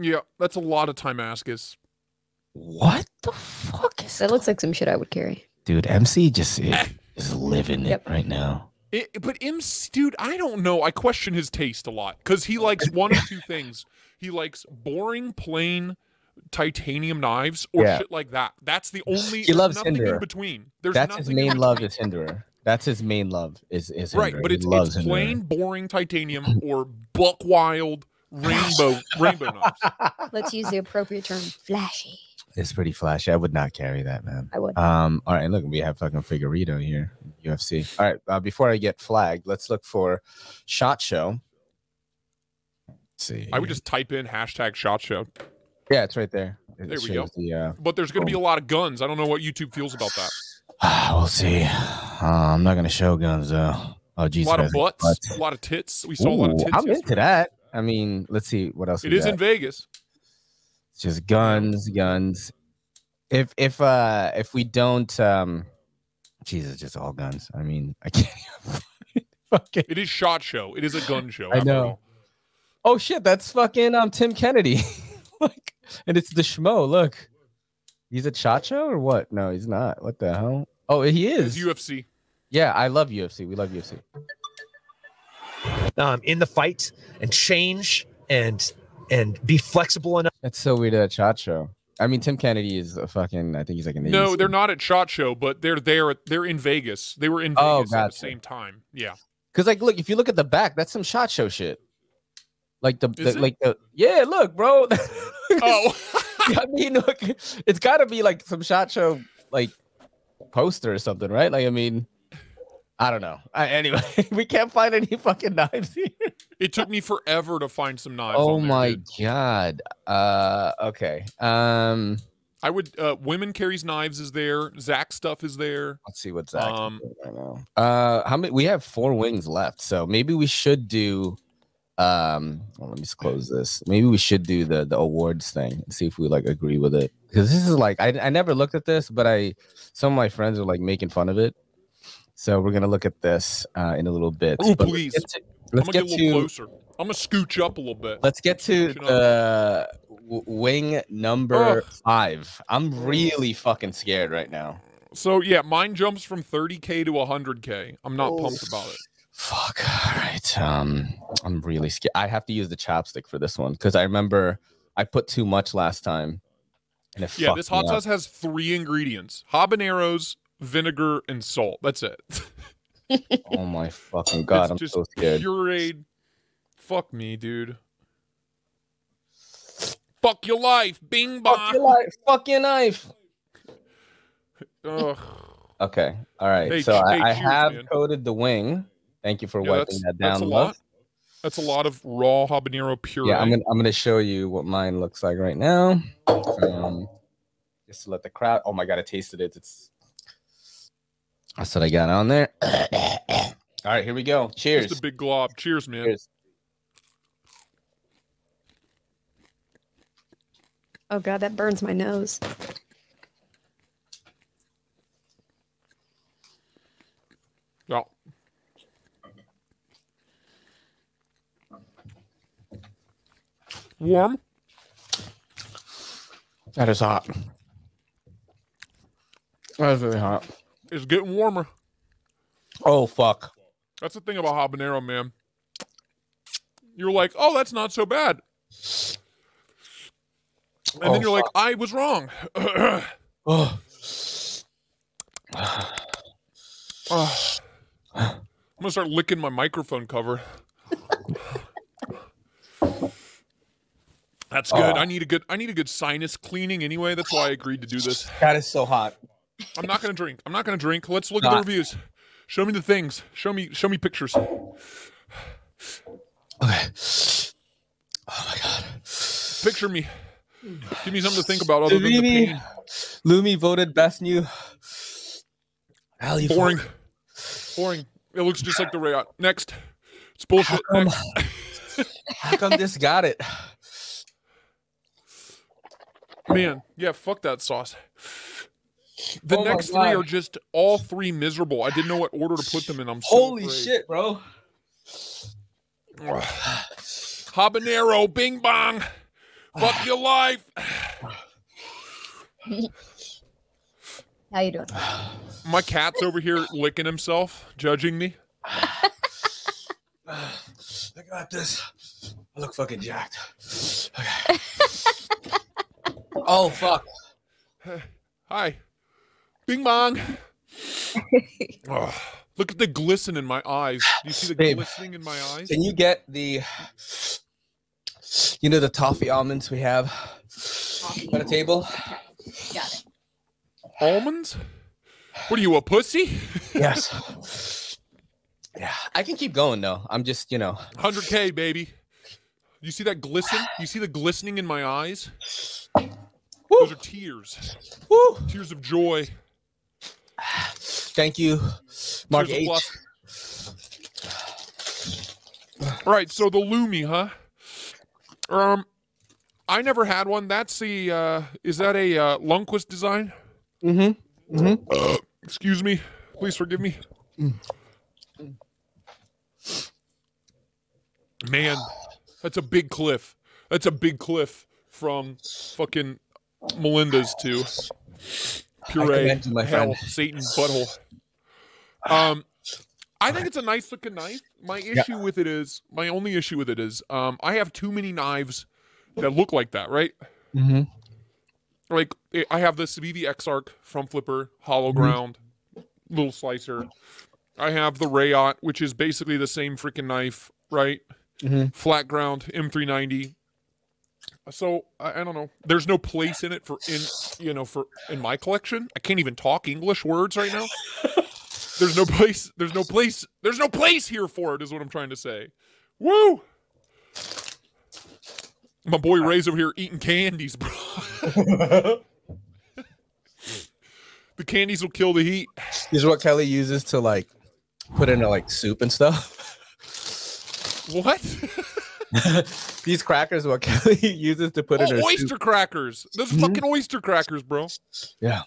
yeah, that's a lot of time askus. What the fuck is That looks like some shit I would carry. dude? MC just is, is living Yep. it right now. It, but Im's dude, I don't know. I question his taste a lot because he likes one of two things. He likes boring, plain titanium knives or Yeah. shit like that. That's the only. He there's loves nothing Hinderer. in between. There's That's nothing his in main between. love is Hinderer. That's his main love is is Right, Hinderer. but He it's, loves it's Hinderer. plain, boring titanium or buck wild rainbow rainbow knives. Let's use the appropriate term, flashy. It's pretty flashy. I would not carry that, man. I would. Um, all right, look, we have fucking Figueredo here, UFC. All right, uh, before I get flagged, let's look for Shot Show. Let's see, I would just type in hashtag shot show, yeah, it's right there. It There we shows The, uh, but there's going to be a lot of guns. I don't know what YouTube feels about that. we'll see. Uh, I'm not gonna show guns though. Oh, A geez, lot of guys. butts, butts. a lot of tits. We saw a lot of Ooh, tits. I'm into yesterday. that. I mean, let's see what else. It we is got. in Vegas. It's just guns, guns. If if uh if we don't um, Jesus, just all guns. I mean, I can't. even- Fucking It is shot show. It is a gun show. I after know. all. Oh shit, that's fucking um Tim Kennedy. look, and it's the schmo. Look, he's a chacho or what? No, he's not. What the hell? Oh, he It's is. UFC. yeah, I love UFC. We love UFC. um, in the fight and change and and be flexible enough That's so weird. That chacho. I mean, Tim Kennedy is a fucking. I think he's like an. No, 80s. they're not at shot show, but they're there. at- They're in Vegas. They were in Vegas Oh, at the gotcha. same time. Yeah, Cause like, look, if you look at the back, that's some shot show shit. Like the, Is the it? like the yeah, look, bro. Oh, I mean, look, it's got to be like some shot show like poster or something, right? Like, I mean, I don't know. I, anyway, we can't find any fucking knives here. it took me forever to find some knives. Oh on there, my dude. god. Uh, okay. Um, I would. Uh, Women carries knives is there. Zach stuff is there. let's see what's that. Um, right now. Uh, how many? We have four wings left, so maybe we should do. Um, well, let me just close this. Maybe we should do the the awards thing and see if we like agree with it because this is like I I never looked at this, but I some of my friends are like making fun of it, so we're gonna look at this uh, in a little bit. Ooh, But please. Let's get to. I'm Let's gonna get get, a little to closer. I'm gonna scooch up a little bit. let's get to Push it up. the w- wing number five. I'm really fucking scared right now. So yeah, mine jumps from 30k to 100k. I'm not Oh. pumped about it. Fuck. All right. Um, I'm really scared. I have to use the chopstick for this one because I remember I put too much last time. And it Yeah, fucked this me hot up. sauce has three ingredients: habaneros, vinegar, and salt. That's it. Oh my fucking god! it's I'm just so scared. pureed. Fuck me, dude. Fuck your life, Bing Fuck Bong. your life. Fuck your knife. Ugh. Okay. All right. Hey, so ch- hey, I, I cheers, have man. coded the wing. Thank you for Yeah, wiping that that's, down. that's a love. lot. That's a lot of raw habanero puree. Yeah, I'm gonna I'm gonna show you what mine looks like right now. Um, just to let the crowd. Oh my god, I tasted it. It's that's what I got on there. All right, here we go. Cheers. Just a big glob. Cheers, man. Cheers. Oh god, that burns my nose. Yeah. Warm. That is hot. That is really hot. It's getting warmer. Oh fuck. That's the thing about habanero, man. You're like, oh, that's not so bad. And Oh, then you're like, I was wrong. Oh. Ah. I'm gonna start licking my microphone cover. That's good. I need a good I need a good sinus cleaning anyway. That's why I agreed to do this. That is so hot. I'm not gonna drink. I'm not gonna drink. Let's look Nah. at the reviews. Show me the things. Show me show me pictures. Okay. Oh my god. Picture me. Give me something to think about other than the pain. Lumi voted best new. Boring. Boring. It looks just like the Rayot. Next. It's bullshit. Um, Next. How come this got it? Man, yeah, fuck that sauce. The Oh my next three God. are just all three miserable. I didn't know what order to put them in. I'm so Holy afraid. shit, bro. Ugh. Habanero, bing bong, fuck your life. How you doing? My cat's over here licking himself, judging me. I got this. I look fucking jacked. Okay. oh fuck. Hi, bing bong. Ugh. Look at the glisten in my eyes. Do you see the Babe. glistening in my eyes? Can you get the you know the toffee almonds we have on the table? Got it. Almonds? What are you, a pussy? Yes. Yeah. I can keep going though. I'm just, you know, 100K, baby. You see that glisten? You see the glistening in my eyes? Those are tears. woo. Tears of joy. Thank you, Mark Tears of H. lust. All right, so the Lumi, huh? Um, I never had one. That's the uh, is that a uh, Lundquist design? Mm-hmm. Mm-hmm. Mm. Excuse me, please forgive me. Man, that's a big cliff. That's a big cliff from fucking Melinda's to puree commend you, my hell friend. Satan butthole. Um, I think it's a nice looking knife. My issue with it is my only issue with it is um, I have too many knives that look like that. Right? Mm-hmm. like I- I have the Civivi X Arc from Flipper, Hollow Mm-hmm. Ground, Little Slicer. I have the Rayot, which is basically the same freaking knife, right? Mhm. Flat ground M390. So I, I don't know. There's no place in it for in you know for in my collection. I can't even talk English words right now. there's no place. There's no place. There's no place here for it. Is what I'm trying to say. Woo! My boy Ray's over here eating candies, bro. the candies will kill the heat. These are what Kelly uses to like put into like soup and stuff. What? These crackers are what Kelly uses to put in her Oh, soup. oyster crackers. Those Mhm. fucking oyster crackers, bro. Yeah.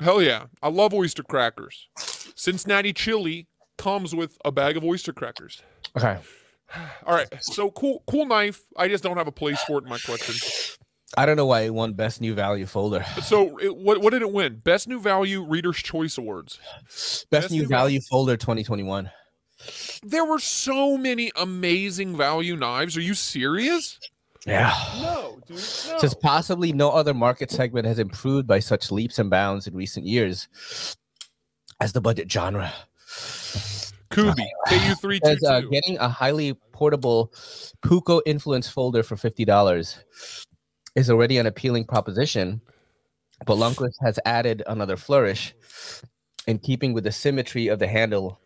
Hell yeah. I love oyster crackers. Cincinnati chili comes with a bag of oyster crackers. Okay. All right. So cool cool knife. I just don't have a place for it in my collection. I don't know why it won best new value folder. So it, what what did it win? Best new value reader's choice awards. Best, Best new new value folder 2021. There were so many amazing value knives. Are you serious? Yeah. No, dude. No. Oh. Says possibly no other market segment has improved by such leaps and bounds in recent years as the budget genre. Kubi. KU322. Says uh, getting a highly portable Puko influence folder for $50 is already an appealing proposition, but Lundquist has added another flourish in keeping with the symmetry of the handle,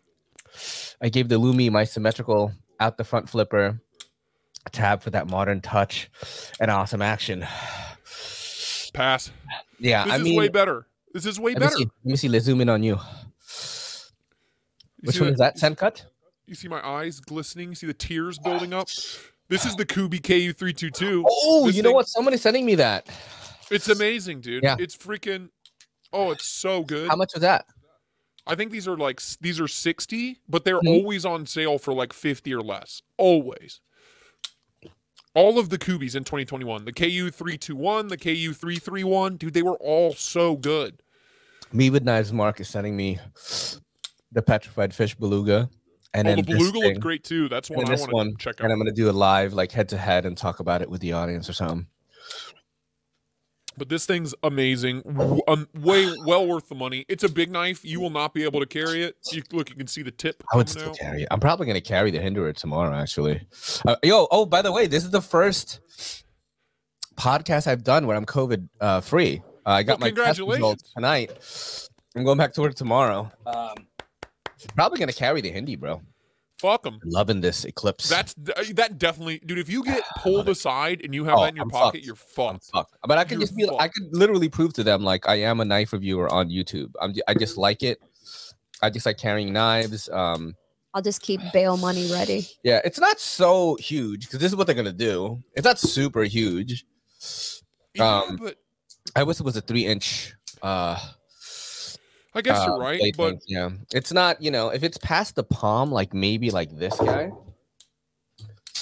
I gave the Lumi my symmetrical out the front flipper tab for that modern touch and awesome action. Pass. Yeah, This I is mean, way better. This is way let me better. see. Let me see. Let's zoom in on you. You Which see one the- is that? Sand cut? You see my eyes glistening. You see the tears building up. This is the Kubi KU three two two. Oh, This you know thing- what? Someone is sending me that. It's amazing, dude. Yeah. It's freaking. Oh, it's so good. How much was that? I think these are like s- these are sixty, but they're Mhm. always on sale for like fifty or less. Always. All of the Kubis in 2021, the KU 321, the KU 331, dude, they were all so good. Me with knives. Mark is sending me the petrified fish beluga, and oh, then the this Beluga thing. looked great too. That's and one then I this want one, to check and out. I'm gonna do a live like head to head and talk about it with the audience or something. But this thing's amazing. W- Um, way well worth the money. It's a big knife. You will not be able to carry it. You look, you can see the tip. I would coming still out. carry it. I'm probably gonna carry the Hinderer tomorrow, actually. Uh, yo, oh, by the way, this is the first podcast I've done where I'm COVID uh, free. Uh, I got my Well, test results congratulations. tonight. I'm going back to work tomorrow. Um, probably gonna carry the Hindi, bro. Fuck them. Loving this eclipse. That's uh, that definitely, dude. If you get pulled aside and you have Oh, that in your I'm pocket, fucked. you're I'm fucked. fucked. But I could You're just be I fucked. could literally prove to them like I am a knife reviewer on YouTube. I'm j- I just like it. I just like carrying knives. Um, I'll just keep bail money ready. Yeah, it's not so huge because this is what they're gonna do. It's not super huge. Yeah, Um, but I wish it was a three inch. Uh, I guess uh, you're right. blade But length, yeah, it's not. You know, if it's past the palm, like maybe like this guy,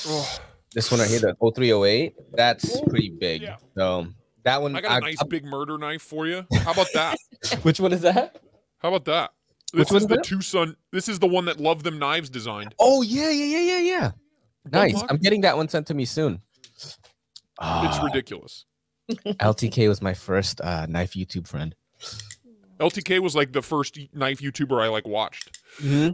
ugh, this one right here, the 0308, that's Ooh, pretty big. Oh, yeah. So that one, I got a I- nice I- big murder knife for you. How about that? which one is that? How about that? Which This one is is the that? Tucson. This is the one that Love Them Knives designed. Oh yeah, yeah, yeah, yeah, yeah. Nice. luck. I'm getting that one sent to me soon. It's Ah, ridiculous. LTK was my first uh, knife YouTube friend. LTK was like the first knife YouTuber I like watched. Mm-hmm.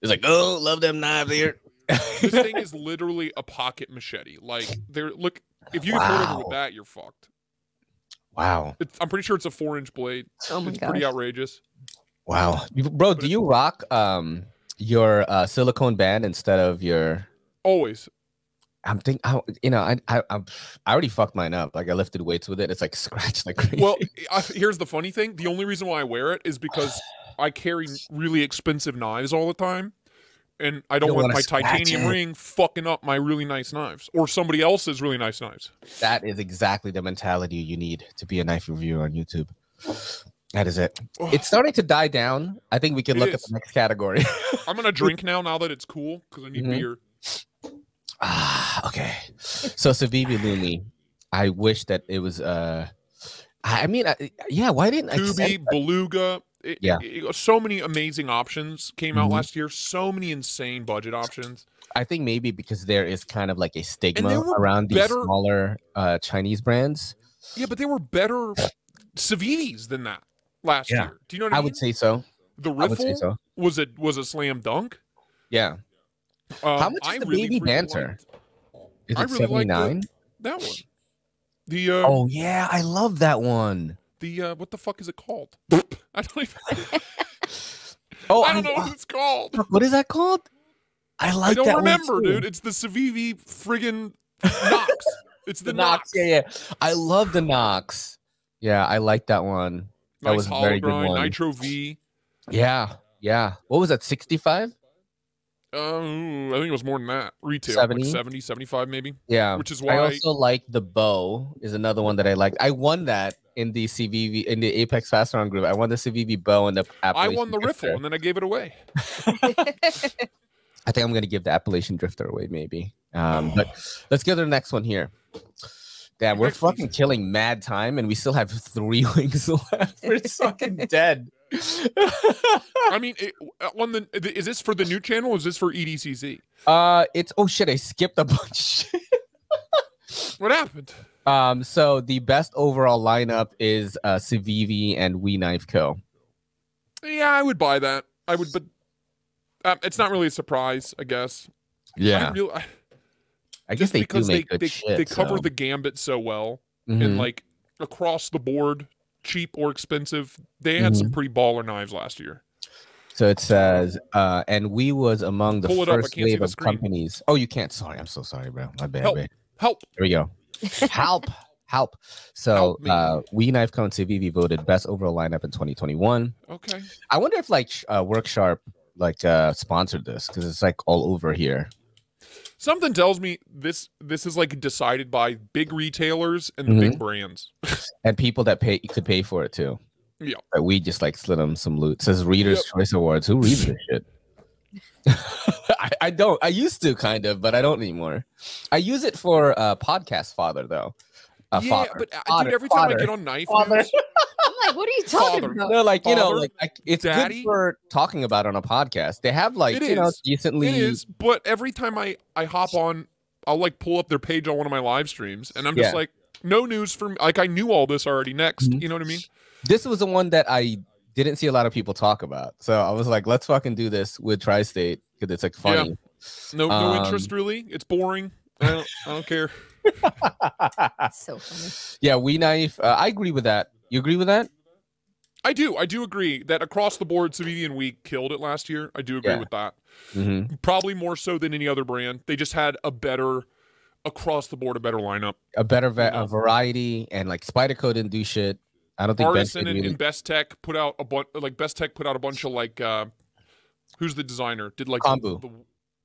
It's like, oh, love them knives here. this thing is literally a pocket machete. Like there, look. If you get pulled over Wow. with that, you're fucked. wow. It's, I'm pretty sure it's a four-inch blade. Oh my it's pretty gosh. outrageous. Wow, You- bro, do you rock um your uh, silicone band instead of your? Always. I'm think I, you know I I I'm, I already fucked mine up. Like I lifted weights with it. It's like scratched like crazy. Well, I, here's the funny thing. The only reason why I wear it is because I carry really expensive knives all the time, and I don't, Don't want wanna my scratch titanium it. ring fucking up my really nice knives or somebody else's really nice knives. that is exactly the mentality you need to be a knife reviewer on YouTube. That is it. Ugh. It's starting to die down. I think we can It look at is. the next category. I'm gonna drink now. Now that it's cool, because I need Mhm. beer. Ah, okay. So Savivi Lumi, I wish that it was. uh I I mean, I, yeah. Why didn't I? send- Kubi, Beluga. It, Yeah. it- so many amazing options came out Mhm. last year. So many insane budget options. I think maybe because there is kind of like a stigma there were around these better- smaller uh, Chinese brands. Yeah, but they were better Savinis than that last Yeah. year. Do you know what I, I mean? would say so. the I would say riffle so. was a was a slam dunk. Yeah. Um, How much is I the really baby freaking dancer? liked Is I it really seventy like the- Oh. nine? That one. The uh, Oh yeah, I love that one. the uh, what the fuck is it called? I don't even. Oh, I don't know what it's called. what is that called? I like. I don't that one remember, too. dude. It's the Civivi friggin' Knox. It's The the, Knox. Knox. Yeah, yeah. I love the Knox. Yeah, I like that one. That Nice was a hollow very good grind, one. Nitro V. Yeah, yeah. What was that? Sixty five? Um, I think it was more than that. Retail, 70? like 70, 75 maybe. Yeah. Which is Oh. I why also like the bow is another one that I like. I won that in the CVV in the Apex Fast Round group. I won the CVV bow and the I Appalachian won the riffle Drifter. and then I gave it away. I think I'm gonna give the Appalachian Drifter away, maybe. Um, but let's go to the next one here. Damn, we're Next fucking one. killing mad time, and we still have three wings left. We're fucking dead. I mean, it, on the is this for the new channel? Or is this for E EDCC? uh, it's oh shit, I skipped a bunch. of shit. What happened? um, so the best overall lineup is uh Civivi and We Knife Co. Yeah, I would buy that. I would, but um, it's not really a surprise, I guess. I didn't real- I- I guess just they do because make they good they, shit. they cover so- the gambit so well Mhm. and like across the board cheap or expensive, they had some pretty baller knives last year. So it says, uh, and we was among the Pull it up, I first can't see wave the of screen. companies. Oh, you can't. Sorry, I'm so sorry, bro. My bad. Help. babe. Help! Here we go. Help. Help. So Help me. uh, we Knife Cone CVV voted best overall lineup in 2021. Okay. I wonder if like sh- uh, Work Sharp like uh, sponsored this because it's like all over here. Something tells me this this is like decided by big retailers and the big brands. and people that pay could pay for it too. Yeah. But we just like slid them some loot. It says Readers Choice Awards. Who reads this shit? I, I don't. I used to kind of, but I don't anymore. I use it for uh, podcast father though. Uh, yeah, fodder. but uh, Fodder, dude, every fodder. time I get on knife Father. news, I'm like, what are you talking Father. about? no, like you know, uh, Father, like, like it's daddy. good for talking about on a podcast. They have like It you know is. decently. it is. But every time I I hop on, I'll like pull up their page on one of my live streams, and I'm just Yeah. like, no news for me. Like I knew all this already. Next, Mhm. you know what I mean? This was the one that I didn't see a lot of people talk about, so I was like, let's fucking do this with Tri-State because it's like Yeah. funny. No no interest Um, really. It's boring. I don't, I don't care. That's so funny. Yeah, we knife. Uh, I agree with that. You agree with that? I do. I do agree that across the board, Civilian Week killed it last year. I do agree Yeah. with that. Mm-hmm. Probably more so than any other brand. They just had a better, across the board, a better lineup. A better va- Yeah. a variety and like Spyderco didn't do shit. I don't think Benson Artisan and, really. and Best Tech put out a bunch. Like Best Tech put out a bunch of like, uh, who's the designer? Did like Kombu. The,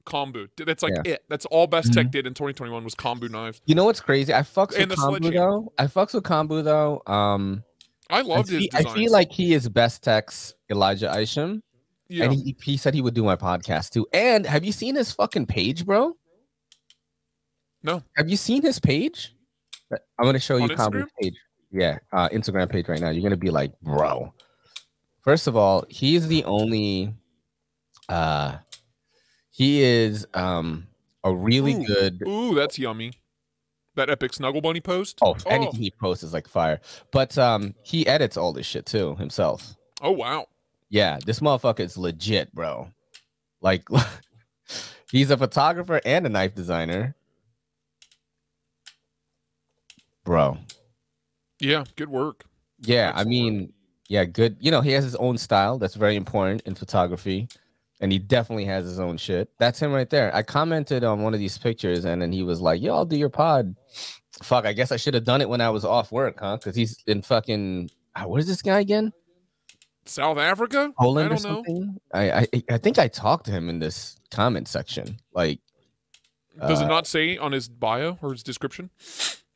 Kombu. Did- That's like it. That's all Best Mm-hmm. Tech did in 2021 was Kombu knives. you know what's crazy? I fucks with And the Kombu sledgehammer. though. I fucks with Kombu though. Um, I I, loved fe- his I designs. feel like he is best tech's Elijah Isham, yeah. and he, he said he would do my podcast too. And have you seen his fucking page, bro? No. Have you seen his page? I'm gonna show you On Kombu's Instagram? page. Yeah, uh, Instagram page right now. You're gonna be like, bro. First of all, he's the only. Uh, he is um a really Ooh. good. Ooh, that's yummy. That epic Snuggle Bunny post. Oh, anything he posts is like fire. But um, he edits all this shit too himself. oh wow. Yeah, this motherfucker is legit, bro. Like, he's a photographer and a knife designer, bro. Yeah, good work. Yeah, I Excellent. mean, yeah, good. You know, he has his own style that's very important in photography, and he definitely has his own shit. That's him right there. I commented on one of these pictures, and then he was like, "Yo, I'll do your pod." Fuck, I guess I should have done it when I was off work, huh? Because he's in fucking. ah, Where's this guy again? South Africa? Poland I or don't know. something. I, I I think I talked to him in this comment section, like Does Uh, it not say on his bio or his description?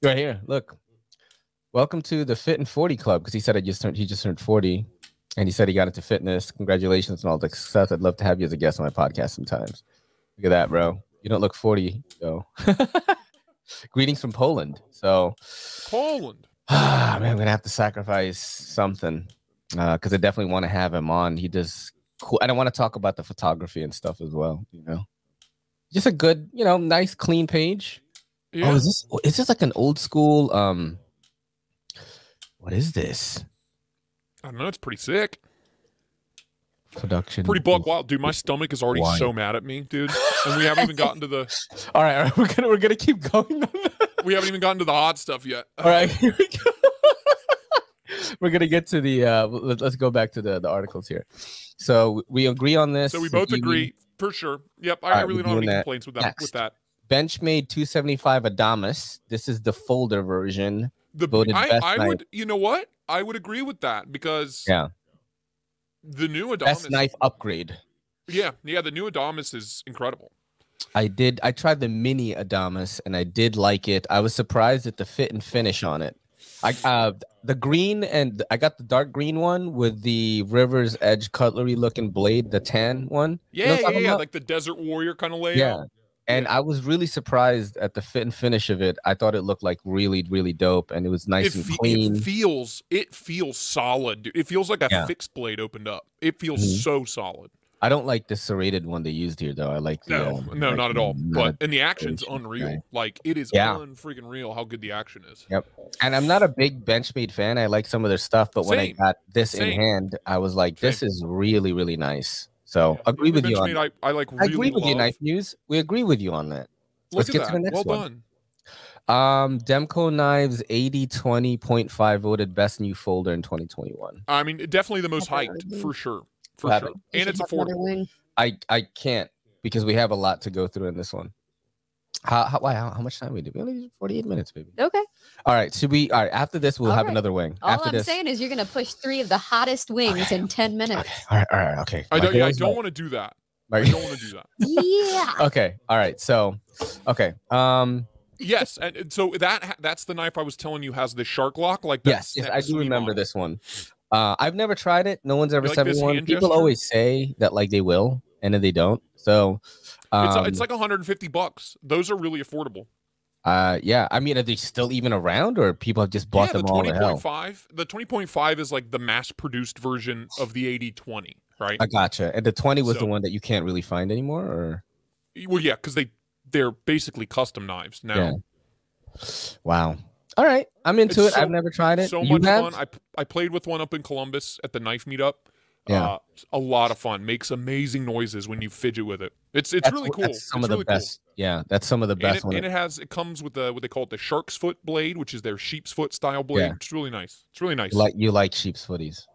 right here. Look, welcome to the Fit and Forty Club because he said I just turned he just turned forty, and he said he got into fitness. Congratulations and all the success. I'd love to have you as a guest on my podcast sometimes. Look at that, bro. You don't look forty though. Greetings from Poland. So, Poland. Ah, man, I'm gonna have to sacrifice something because I definitely want to have him on. He does cool, and I want to talk about the photography and stuff as well. You know, just a good, you know, nice clean page. Yeah. Oh, is this oh, is this like an old school um what is this? I don't know. It's pretty sick. Production. Pretty buck wild, dude. My stomach is already Why? so mad at me, dude. And we haven't even gotten to the All right, all right, we're gonna we're gonna keep going. on that. we haven't even gotten to the hot stuff yet. all right, here we go. we're gonna get to the uh let- let's go back to the the articles here. So we agree on this. So we both Iwi- agree for sure. Yep. I, All I right, really we're don't have doing any that complaints with that. next. With that, Benchmade 275 Adamas. This is the folder version. the Voted I, best I knife. would. You know what? I would agree with that because Yeah. the new Adamas. Best knife upgrade. Yeah, yeah. The new Adamas is incredible. I did I tried the mini Adamas and I did like it. I was surprised at the fit and finish on it. I uh the green and I got the dark green one with the river's edge cutlery looking blade, the tan one. You know Yeah, what I'm yeah, talking yeah. about? Like the Desert Warrior kind of layout. Yeah. And I was really surprised at the fit and finish of it. I thought it looked like really, really dope and it was nice it, and fe- clean. it feels it feels solid. Dude. It feels like a Yeah. fixed blade opened up. It feels Mhm. so solid. I don't like the serrated one they used here though. I like the No, um, no, like, not at all. not But and the action's Okay. unreal. Like it is Yeah. unfreaking real how good the action is. and I'm not a big Benchmade fan. I like some of their stuff, but when I Same. got this in Same. hand, I was like, Same. "This is really, really nice." So agree The with you on. Benchmade, I, I like. I Really agree with you, love. Knife News. We agree with you on that. Look Let's at get to that. the next well one. done. Um, Demco Knives 8020.5 voted best new folder in 2021. I mean, definitely the most Okay. hyped for sure, for Love sure, it. We and should it's have another affordable. win. I I can't because we have a lot to go through in this one. How how, why, how, how much time we do? We only did 48 minutes, baby. Okay. All right. Should we? All right. After this, we'll All have right. another wing. All after I'm this. saying is you're gonna push three of the hottest wings in ten minutes. Okay. All right. All right. Okay. I My don't, yeah, I girl's don't like- want to do that. my- I don't want to do that. Yeah. okay. All right. So, okay. Um. Yes, and and so that ha- that's the knife I was telling you has the shark lock. Like that Yes. Yes. snap I do sleeve remember on it. this one. Uh, I've never tried it. No one's ever like sent me this one. hand People gesture? always say that like they will, and then they don't. So, um, It's, it's like 150 bucks. Those are really affordable. uh, yeah. I mean, are they still even around, or people have just bought yeah, them the all to hell? 20.5. The 20.5 is like the mass-produced version of the 8020, right? I gotcha. And the 20 was the So- one that you can't really find anymore, or well, yeah, because they they're basically custom knives now. Yeah. wow. All right, I'm into It's it. I've so- never tried it. so you much have? fun. I, p- I played with one up in Columbus at the knife meetup. Yeah. Uh, a lot of fun. Makes amazing noises when you fidget with it. It's it's That's really what- cool. That's some It's of the really cool. best. Yeah, that's some of the And best. it, one. and it has it comes with the what they call it the shark's foot blade, which is their sheep's foot style blade. Yeah. It's really nice. It's really nice. You like you like sheep's footies.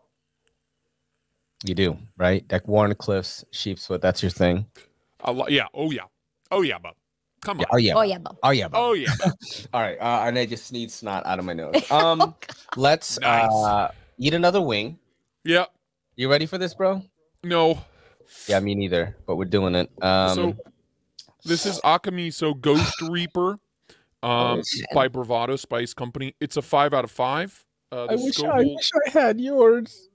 You do, right? Like Warren Cliff's sheep's foot. That's your thing. I li- yeah. Oh yeah. Oh yeah, bub. Come on. Yeah, Oh yeah. Oh yeah, Bob. Oh yeah. Oh bub. yeah. bub. All right. Uh, and I just need snot out of my nose. Um, let's Nice. uh, eat another wing. yeah. You ready for this, bro? No. Yeah, me neither. But we're doing it. Um, so uh, this is Akami. So Ghost Reaper, Oh, um, shit. by Bravado Spice Company. It's a five out of five. Uh, the Scoville- I had yours.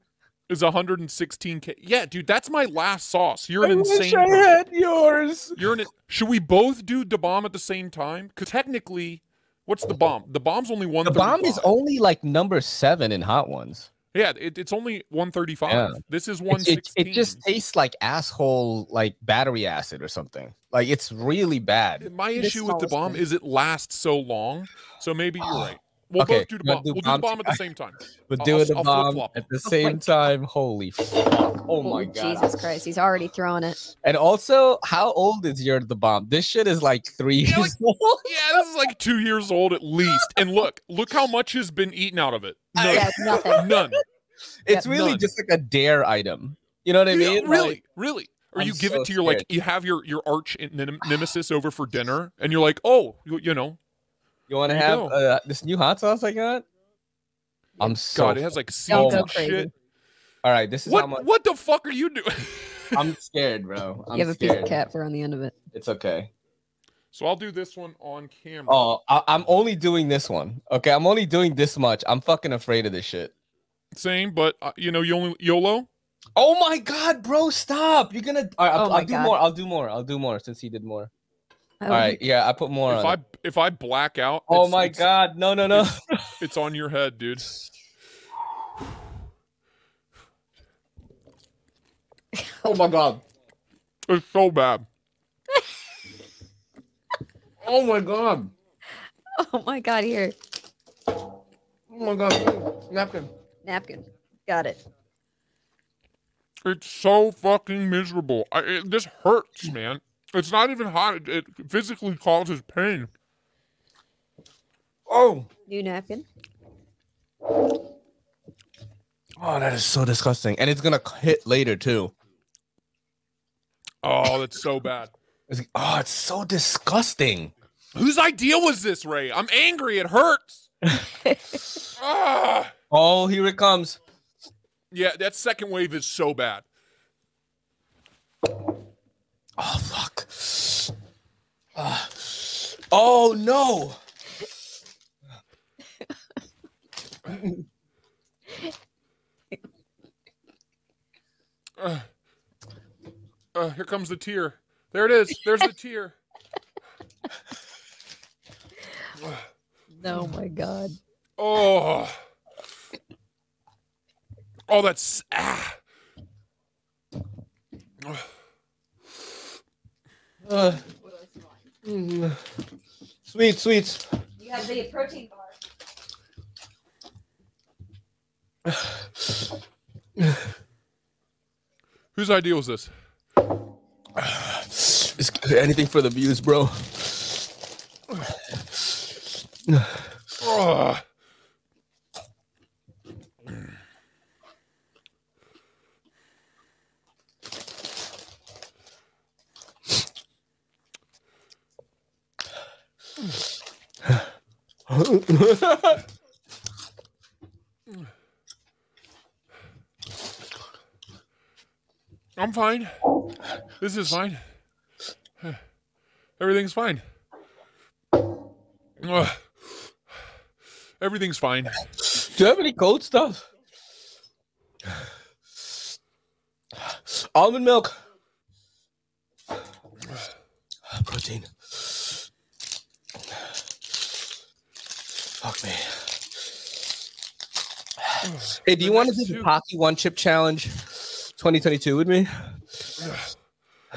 is 116k. Yeah, dude, that's my last sauce. You're an insane. person. yours. You're an. Should we both do the bomb at the same time? Because technically, what's the bomb? The bomb's only one. The bomb is only like number seven in hot ones. Yeah, it, it's only 135. Yeah. This is It, 116. it, it just tastes like asshole, like battery acid or something. Like it's really bad. My This issue with the smells bomb good. is it lasts so long. So maybe you're right. We'll Okay, both do the we'll bomb. do we'll bomb do the bomb at the same time. But Oh, I'll- doing I'll- the I'll bomb flip-flop. at the same time. Holy fuck! Oh my god! Jesus Christ, he's already throwing it. And also, how old is your the bomb? This shit is like three Yeah, years old. Yeah, this is like two years old at least. And look, look how much has been eaten out of it. None. Yeah, nothing. None. It's yeah, really none. just like a dare item. You know what I Yeah, mean? really, Like, really. Or I'm you give so it to your like you have your your arch in- nem- nemesis over for dinner, and you're like, oh, you, you know, you want to You have know. uh, this new hot sauce I got? I'm so. God, it has like Don't seeds go and crazy. shit. All right, this is how What much. what the fuck are you doing? I'm scared, bro. I'm you have a piece scared. of cat fur on the end of it. It's okay. so I'll do this one on camera. Oh, I- I'm only doing this one. Okay, I'm only doing this much. I'm fucking afraid of this shit. Same, but uh, you know, you only YOLO. Oh my god, bro, stop! You're gonna. All right, I'll, Oh my I'll do God. more. I'll do more. I'll do more since he did more. Oh, All right, yeah, I put more. If on I it. if I black out, Oh it's- my it's- god, no, no, no. it's on your head, dude. oh my god. It's so bad. Oh my god. Oh my god, here. Oh my god. Napkin. Napkin. Got it. It's so fucking miserable. I, it, this hurts, man. It's not even hot. It, it physically causes pain. Oh. New napkin. Oh, that is so disgusting, and it's gonna c- hit later too. Oh, that's so bad. It's, oh, it's so disgusting. Whose idea was this, Ray? I'm angry. It hurts. Ah. Oh, here it comes. Yeah, that second wave is so bad. Oh fuck. Ah. oh no. Ugh. Uh, Ah. here comes the tear. There it is. There's the tear. Hmm. Oh my god. Oh. Oh, that's. Ah. Uh, mm. sweet, sweet. You have the protein bar. Whose idea was this? It's anything for the views, bro. Ugh. I'm fine. This is fine. Everything's fine. Ugh. Everything's fine. Do you have any cold stuff? Almond milk. Protein. Fuck me. Hey, do you The want to next do the two. Pocky One Chip Challenge 2022 with me?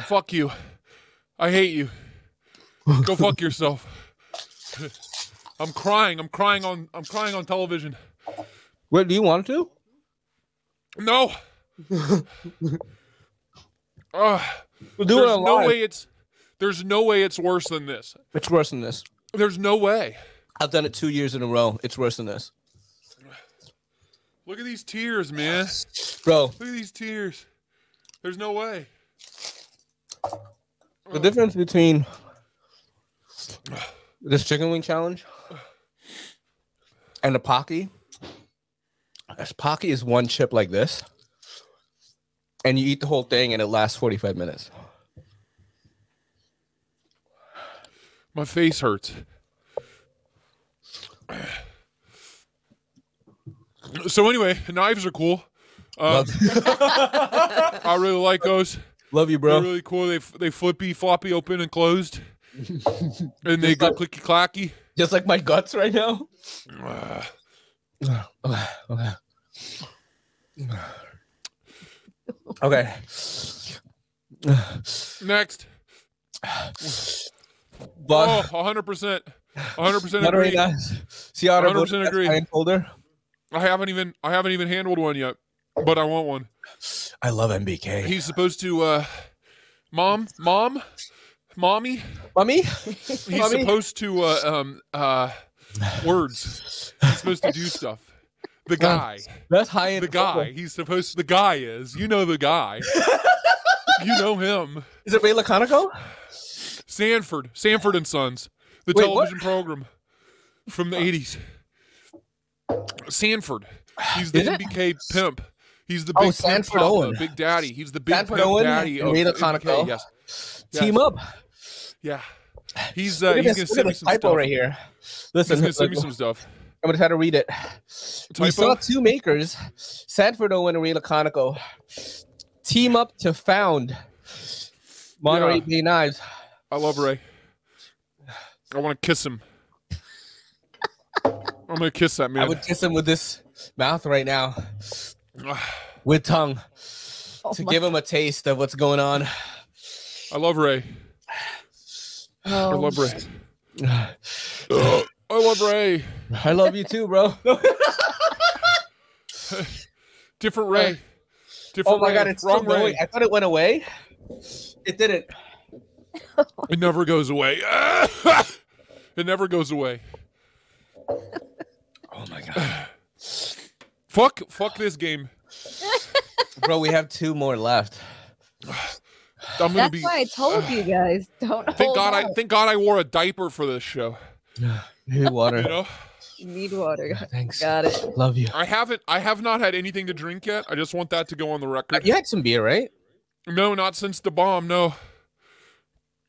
Fuck you. I hate you. Go fuck yourself. I'm crying. I'm crying on I'm crying on television. What do you want to? No. Ugh. We'll do it there's alive. no way it's there's no way it's worse than this. It's worse than this. There's no way. I've done it two years in a row. It's worse than this, Look at these tears, man. bro. Look at these tears. There's no way. The difference between this chicken wing challenge and the Pocky, this Pocky is one chip like this, and you eat the whole thing, and it lasts 45 minutes. My face hurts. So anyway, knives are cool. Um, I really like those. Love you, They're bro. really cool. They f- they flippy floppy open and closed, and they go clicky clacky. Just like my guts right now. Ah, Okay. Okay. okay. Next, oh, But 100 percent, 100 percent Lottery agree. guys, see how to 100% agree. Holder. I haven't even I haven't even handled one yet, but I want one. I love MBK. He's supposed to, uh, mom, mom, mommy. Mommy, He's Mommy? supposed to uh, um uh words. He's supposed to do stuff. The guy, that's high end. the guy. He's supposed. The guy is. You know the guy. you know him. Is it Ray Laconico? Sanford, Sanford and Sons, the Wait, what? television program from the eighties. Sanford. He's the Is it? MBK pimp. He's the Oh, big pimp Sanford papa, Owen. Big Daddy. He's the big Sanford pimp Owen daddy and of Rita MBK, Conoco. Yes. Team up. Yeah. He's uh, Look at he's this- gonna Uh, send look me at this some typo stuff. right here. He's Listen, gonna send me look, some stuff. I'm gonna try to read it. We saw Typo? two makers, Sanford Owen and Ray Laconico, team up to found Monterey Yeah. Bay Knives. I love Ray. I want to kiss him. I'm gonna kiss that man. I would kiss him with this mouth right now, with tongue, Oh to my- give him a taste of what's going on. I love Ray. I oh, love Ray. I love Ray. I love you too, bro. Different Ray. Different oh my Ray. god, it's still wrong going. Ray. I thought it went away. It didn't. It never goes away. it never goes away. Oh my god, Fuck. Fuck this game. bro, we have two more left. I'm gonna That's be. why I told you guys don't. Thank hold God. I out. thank God I wore a diaper for this show. Maybe water. You know. You need water. Thanks. Got it. Love you. I haven't. I have not had anything to drink yet. I just want that to go on the record. Uh, You had some beer, right? No, not since the bomb. No,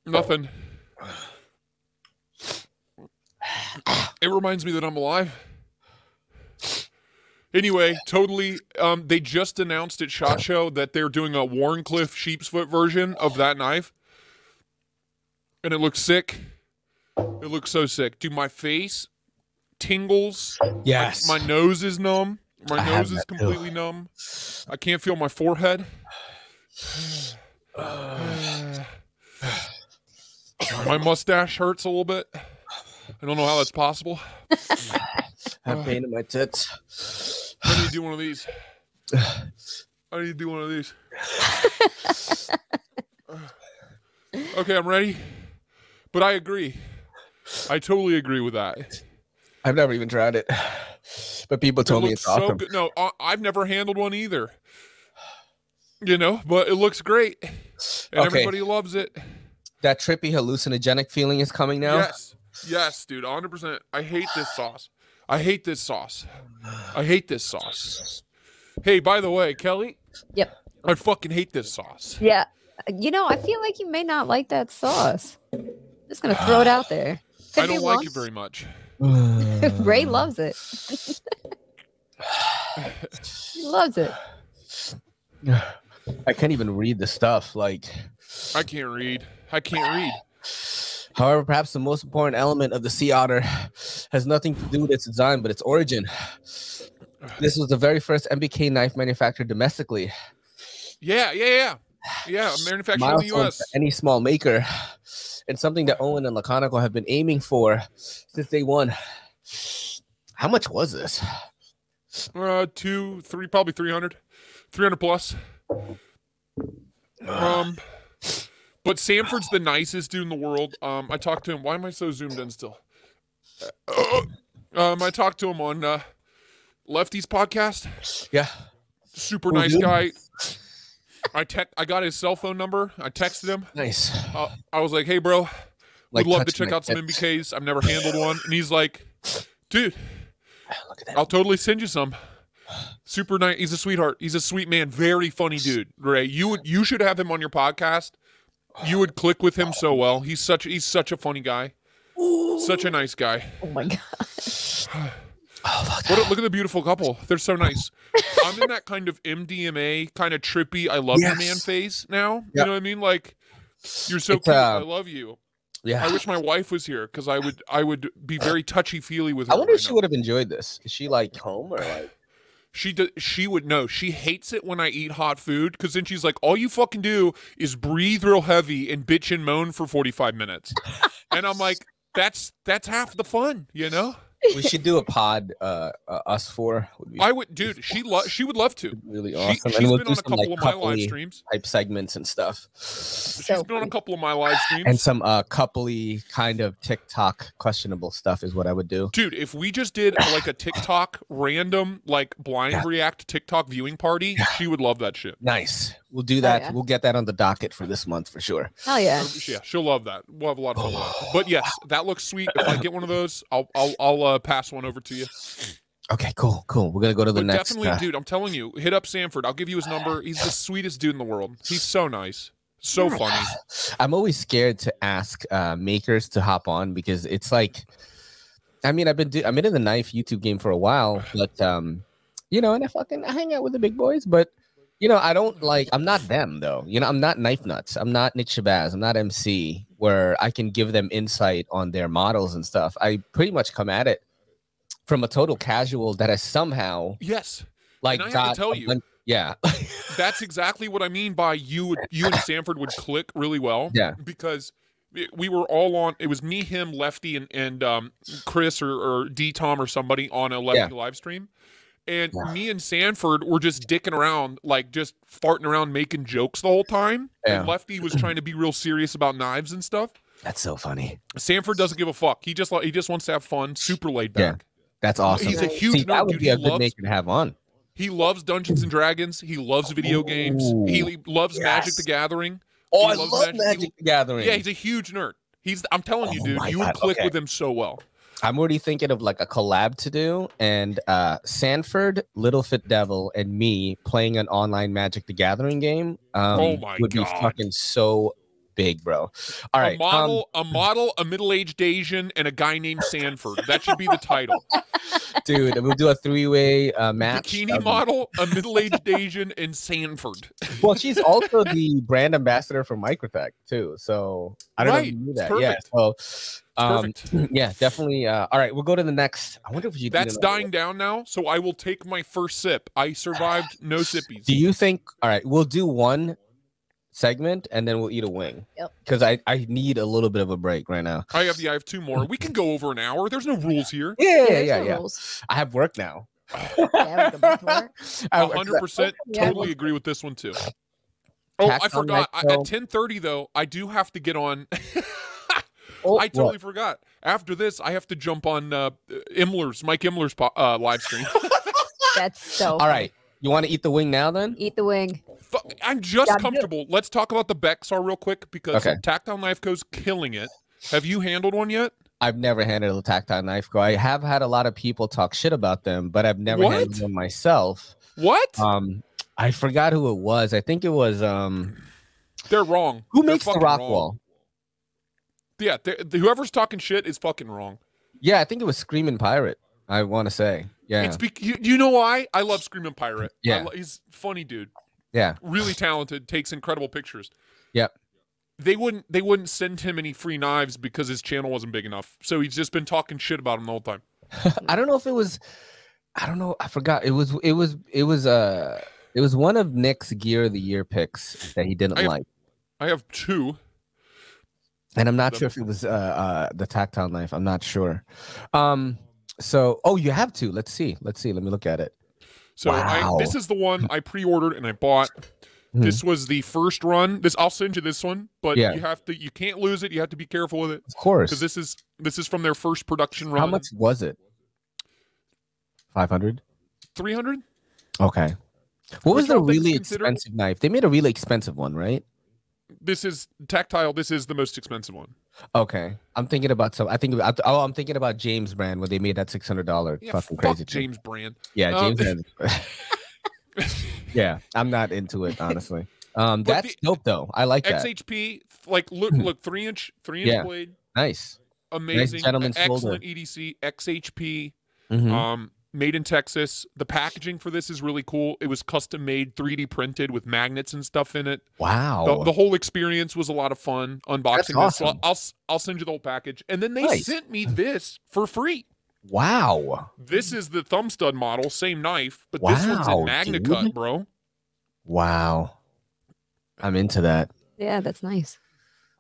nothing. It reminds me that I'm alive. Anyway, totally. Um, they just announced at Shot Show that they're doing a Warncliffe sheepsfoot version of that knife, and it looks sick. It looks so sick. Dude, my face tingles. Yes. My nose is numb. My I have nose is that too. completely numb. I can't feel my forehead. my mustache hurts a little bit. I don't know how that's possible. I have pain in my tits. I need to do one of these. I need to do one of these. okay, I'm ready. But I agree. I totally agree with that. I've never even tried it, but people It told me looks it's so awesome. good. No, I, I've never handled one either. You know, but it looks great, and Okay. everybody loves it. That trippy hallucinogenic feeling is coming now. Yes, yes, dude, hundred percent. I hate this sauce. I hate this sauce. I hate this sauce. Hey, by the way, Kelly. Yep. I fucking hate this sauce. Yeah. You know, I feel like you may not like that sauce. just gonna throw it out there. Could I be don't like wrong. it very much. Ray loves it. he loves it. I can't even read the stuff. Like, I can't read. I can't read. however, perhaps the most important element of the sea otter has nothing to do with its design, but its origin. This was the very first MBK knife manufactured domestically. Yeah, yeah, yeah. Yeah, manufactured in the milestone U.S. for any small maker, and something that Owen and Laconico have been aiming for since day one. How much was this? Uh, two, three, probably 300, 300 plus. Um, but Sanford's the nicest dude in the world. Um, I talked to him. Why am I so zoomed in still? Um, I talked to him on uh, Lefty's podcast. Yeah. Super Who, nice dude? guy. I tech, I got his cell phone number. I texted him. Nice. Uh, I was like, "Hey, bro, Like would love to touching check my out some tits. MBKs. I've never handled one." And he's like, "Dude, Ah, Look at that. I'll totally send you some. Super nice. He's a sweetheart. He's a sweet man. Very funny dude. Ray, you would you should have him on your podcast. You would click with him so well. He's such he's such a funny guy. Such a nice guy. Oh my god. What a, look at the beautiful couple. They're so nice. I'm in that kind of MDMA kind of trippy. I love you, man Yes. phase now. You Yep. know what I mean? Like you're so It's, cute. uh, I love you. Yeah. I wish my wife was here because I would I would be very touchy feely with her. I wonder right if she now. would have enjoyed this. Is she like home or like? She do, she would know. She hates it when I eat hot food because then she's like, all you fucking do is breathe real heavy and bitch and moan for forty five minutes, and I'm like, that's that's half the fun, you know. we should do a pod. Uh, uh us four would be I would, dude. She lo- she would love to. really She, awesome, she's and been we'll on do a some couple like of my live coupley streams. type segments and stuff, So She's been on a funny. couple of my live streams. and some uh coupley kind of TikTok questionable stuff is what I would do. Dude, if we just did like a TikTok random like blind Yeah. react TikTok viewing party, she would love that shit. Nice. We'll do that. yeah. We'll get that on the docket for this month for sure. Hell yeah. Yeah, she'll love that. We'll have a lot of fun with that. But yes, that looks sweet. If I get one of those, I'll I'll, I'll uh, pass one over to you. Okay, cool, cool. We're gonna go to the but next. definitely, uh, dude, I'm telling you, hit up Sanford. I'll give you his number. He's the sweetest dude in the world. He's so nice, so funny. I'm always scared to ask uh, makers to hop on because it's like, I mean, I've been do- I'm into the knife YouTube game for a while, but um, you know, and I fucking I hang out with the big boys, but you know, I don't like I'm not them though. You know, I'm not knife nuts. I'm not Nick Shabazz. I'm not MC where I can give them insight on their models and stuff. I pretty much come at it from a total casual that has somehow Yes, like I have to got tell a you- bunch- yeah, that's exactly what I mean by you. would- You and Sanford would click really well. Yeah. because it- we were all on. It was me, him, Lefty, and and um, Chris or, or D Tom or somebody on a Lefty live stream. And Yeah. me and Sanford were just dicking around, like just farting around, making jokes the whole time. Yeah. And Lefty was trying to be real serious about knives and stuff. that's so funny. Sanford doesn't give a fuck. He just li- he just wants to have fun. Super laid Yeah. back. That's awesome. He's a Right. huge See, nerd, that would dude. be He a good loves maker to have on. he loves Dungeons and Dragons. He loves video games. He loves Magic the Gathering. Oh, He I loves love Magic the Magic the Gathering. Yeah, he's a huge nerd. He's I'm telling you, Oh dude, my you would God, click okay. with him so well. I'm already thinking of like a collab to do, and uh, Sanford, Little Fit Devil, and me playing an online Magic the Gathering game. Um, Oh my would God. be fucking so big, bro. All right, a um, model, a model, a middle-aged Asian, and a guy named Sanford. That should be the title. dude, we'll do a three-way uh, match. Bikini Um, model, a middle-aged Asian, and Sanford. Well, she's also the brand ambassador for Microtech too. So I don't know if Right, you knew it's that. Yeah. So, um, Perfect. yeah, definitely. Uh, all right, we'll go to the next. I wonder if you uh, do That's another one. dying down now, so I will take my first sip. I survived no sippies. Do you think? All right, we'll do one segment and then we'll eat a wing. Yep. Because I I need a little bit of a break right now. I have the I have two more. We can go over an hour. There's no rules here. Yeah, yeah, There's yeah. no yeah. rules. I have work now. Yeah, we can work. I- hundred percent. Yeah. Totally agree with this one too. Oh, Tax I on forgot. I, Mexico. at ten thirty though, I do have to get on. Oh, I totally forgot. After this, I have to jump on uh, Imler's Mike Imler's po- uh, live stream. That's so. All right. You want to eat the wing now then? Eat the wing. Fuck, I'm just Yeah, I'm good. comfortable. Let's talk about the Bexar real quick because Okay. Tactile Knife Co's killing it. Have you handled one yet? I've never handled a tactile knife go. I have had a lot of people talk shit about them, but I've never handled What? one myself. What? Um, I forgot who it was. I think it was um They're wrong. who They're makes the fucking rock wrong. wall? Yeah, they're- whoever's talking shit is fucking wrong. Yeah, I think it was Screaming Pirate. I want to say. Yeah. It's bec you, you know why? I love Screaming Pirate. I Yeah. lo- he's funny dude. yeah. Really talented, takes incredible pictures. Yep. They wouldn't they wouldn't send him any free knives because his channel wasn't big enough. So he's just been talking shit about him the whole time. I don't know if it was I don't know. I forgot. It was it was it was uh it was one of Nick's gear of the year picks that he didn't I have- like. I have two. And I'm not the- sure if it was uh, uh the tactile knife. I'm not sure. Um so oh you have to. Let's see. Let's see. Let me look at it. So Wow. I, this is the one I pre-ordered and I bought. Mhm. This was the first run. This I'll send you this one, but Yeah. you have to you can't lose it. You have to be careful with it Of course. because this is this is from their first production run. How much was it? 500? Three hundred. Okay. What was Which the one thing's really considerable? expensive knife? They made a really expensive one, right? This is tactile. This is the most expensive one. Okay. I'm thinking about some. I think. I, oh, I'm thinking about James Brand when they made that six hundred dollar Yeah, fucking fuck crazy. thing. James Brand. Yeah, Um, James Brand. yeah, I'm not into it honestly. Um, But that's the- dope though. I like that. XHP. Like look look three inch three inch Hmm. Yeah. blade. Um, nice. Amazing. gentleman's folder. excellent E EDC. XHP. Mhm. Um, made in Texas. The packaging for this is really cool. It was custom made, 3D printed with magnets and stuff in it. wow. the, the whole experience was a lot of fun unboxing this. So Oh. awesome. I'll s- I'll send you the whole package, and then they Nice. sent me this for free. wow. This is the thumb stud model, same knife, but this one's Wow, in Magna dude. Cut, bro. Wow. I'm into that. Yeah, that's nice.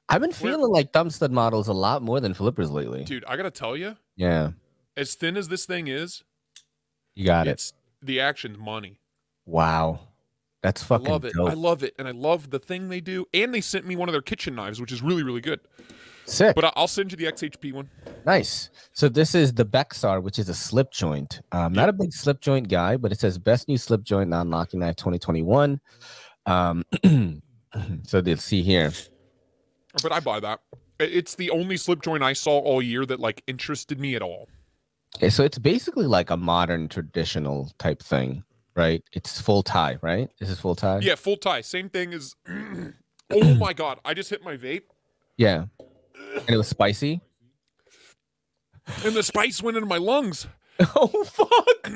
I've been Where- feeling like thumb stud models a lot more than flippers lately. Dude, I gotta tell you, Yeah, as thin as this thing is, you got it. it's the action's money. Wow. That's I fucking love it. dope. I love it, and I love the thing they do. And they sent me one of their kitchen knives, which is really really good. Sick. But I- I'll send you the XHP one. Nice. So this is the Bexar, which is a slip joint. Um, not a big slip joint guy, but it says best new slip joint non locking knife 2021. Um, so let's see here. But I buy that. I- It's the only slip joint I saw all year that like interested me at all. Okay, So it's basically like a modern traditional type thing, right? It's full tie, right? This is full tie. Yeah, full tie. Same thing as. oh my god! I just hit my vape, Yeah. And it was spicy. and the spice went into my lungs. oh fuck.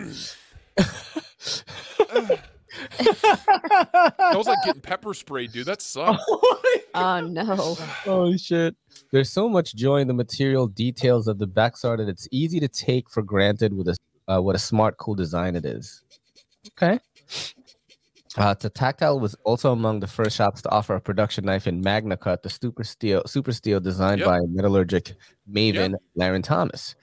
I was like getting pepper sprayed, dude. That sucked. Oh no. Oh shit. There's so much joy in the material details of the Bexar that it's easy to take for granted with a uh, what a smart, cool design it is. Okay. Uh, to Tactile was also among the first shops to offer a production knife in Magna Cut, the super steel, super steel designed Yep. by metallurgic maven Laren Thomas.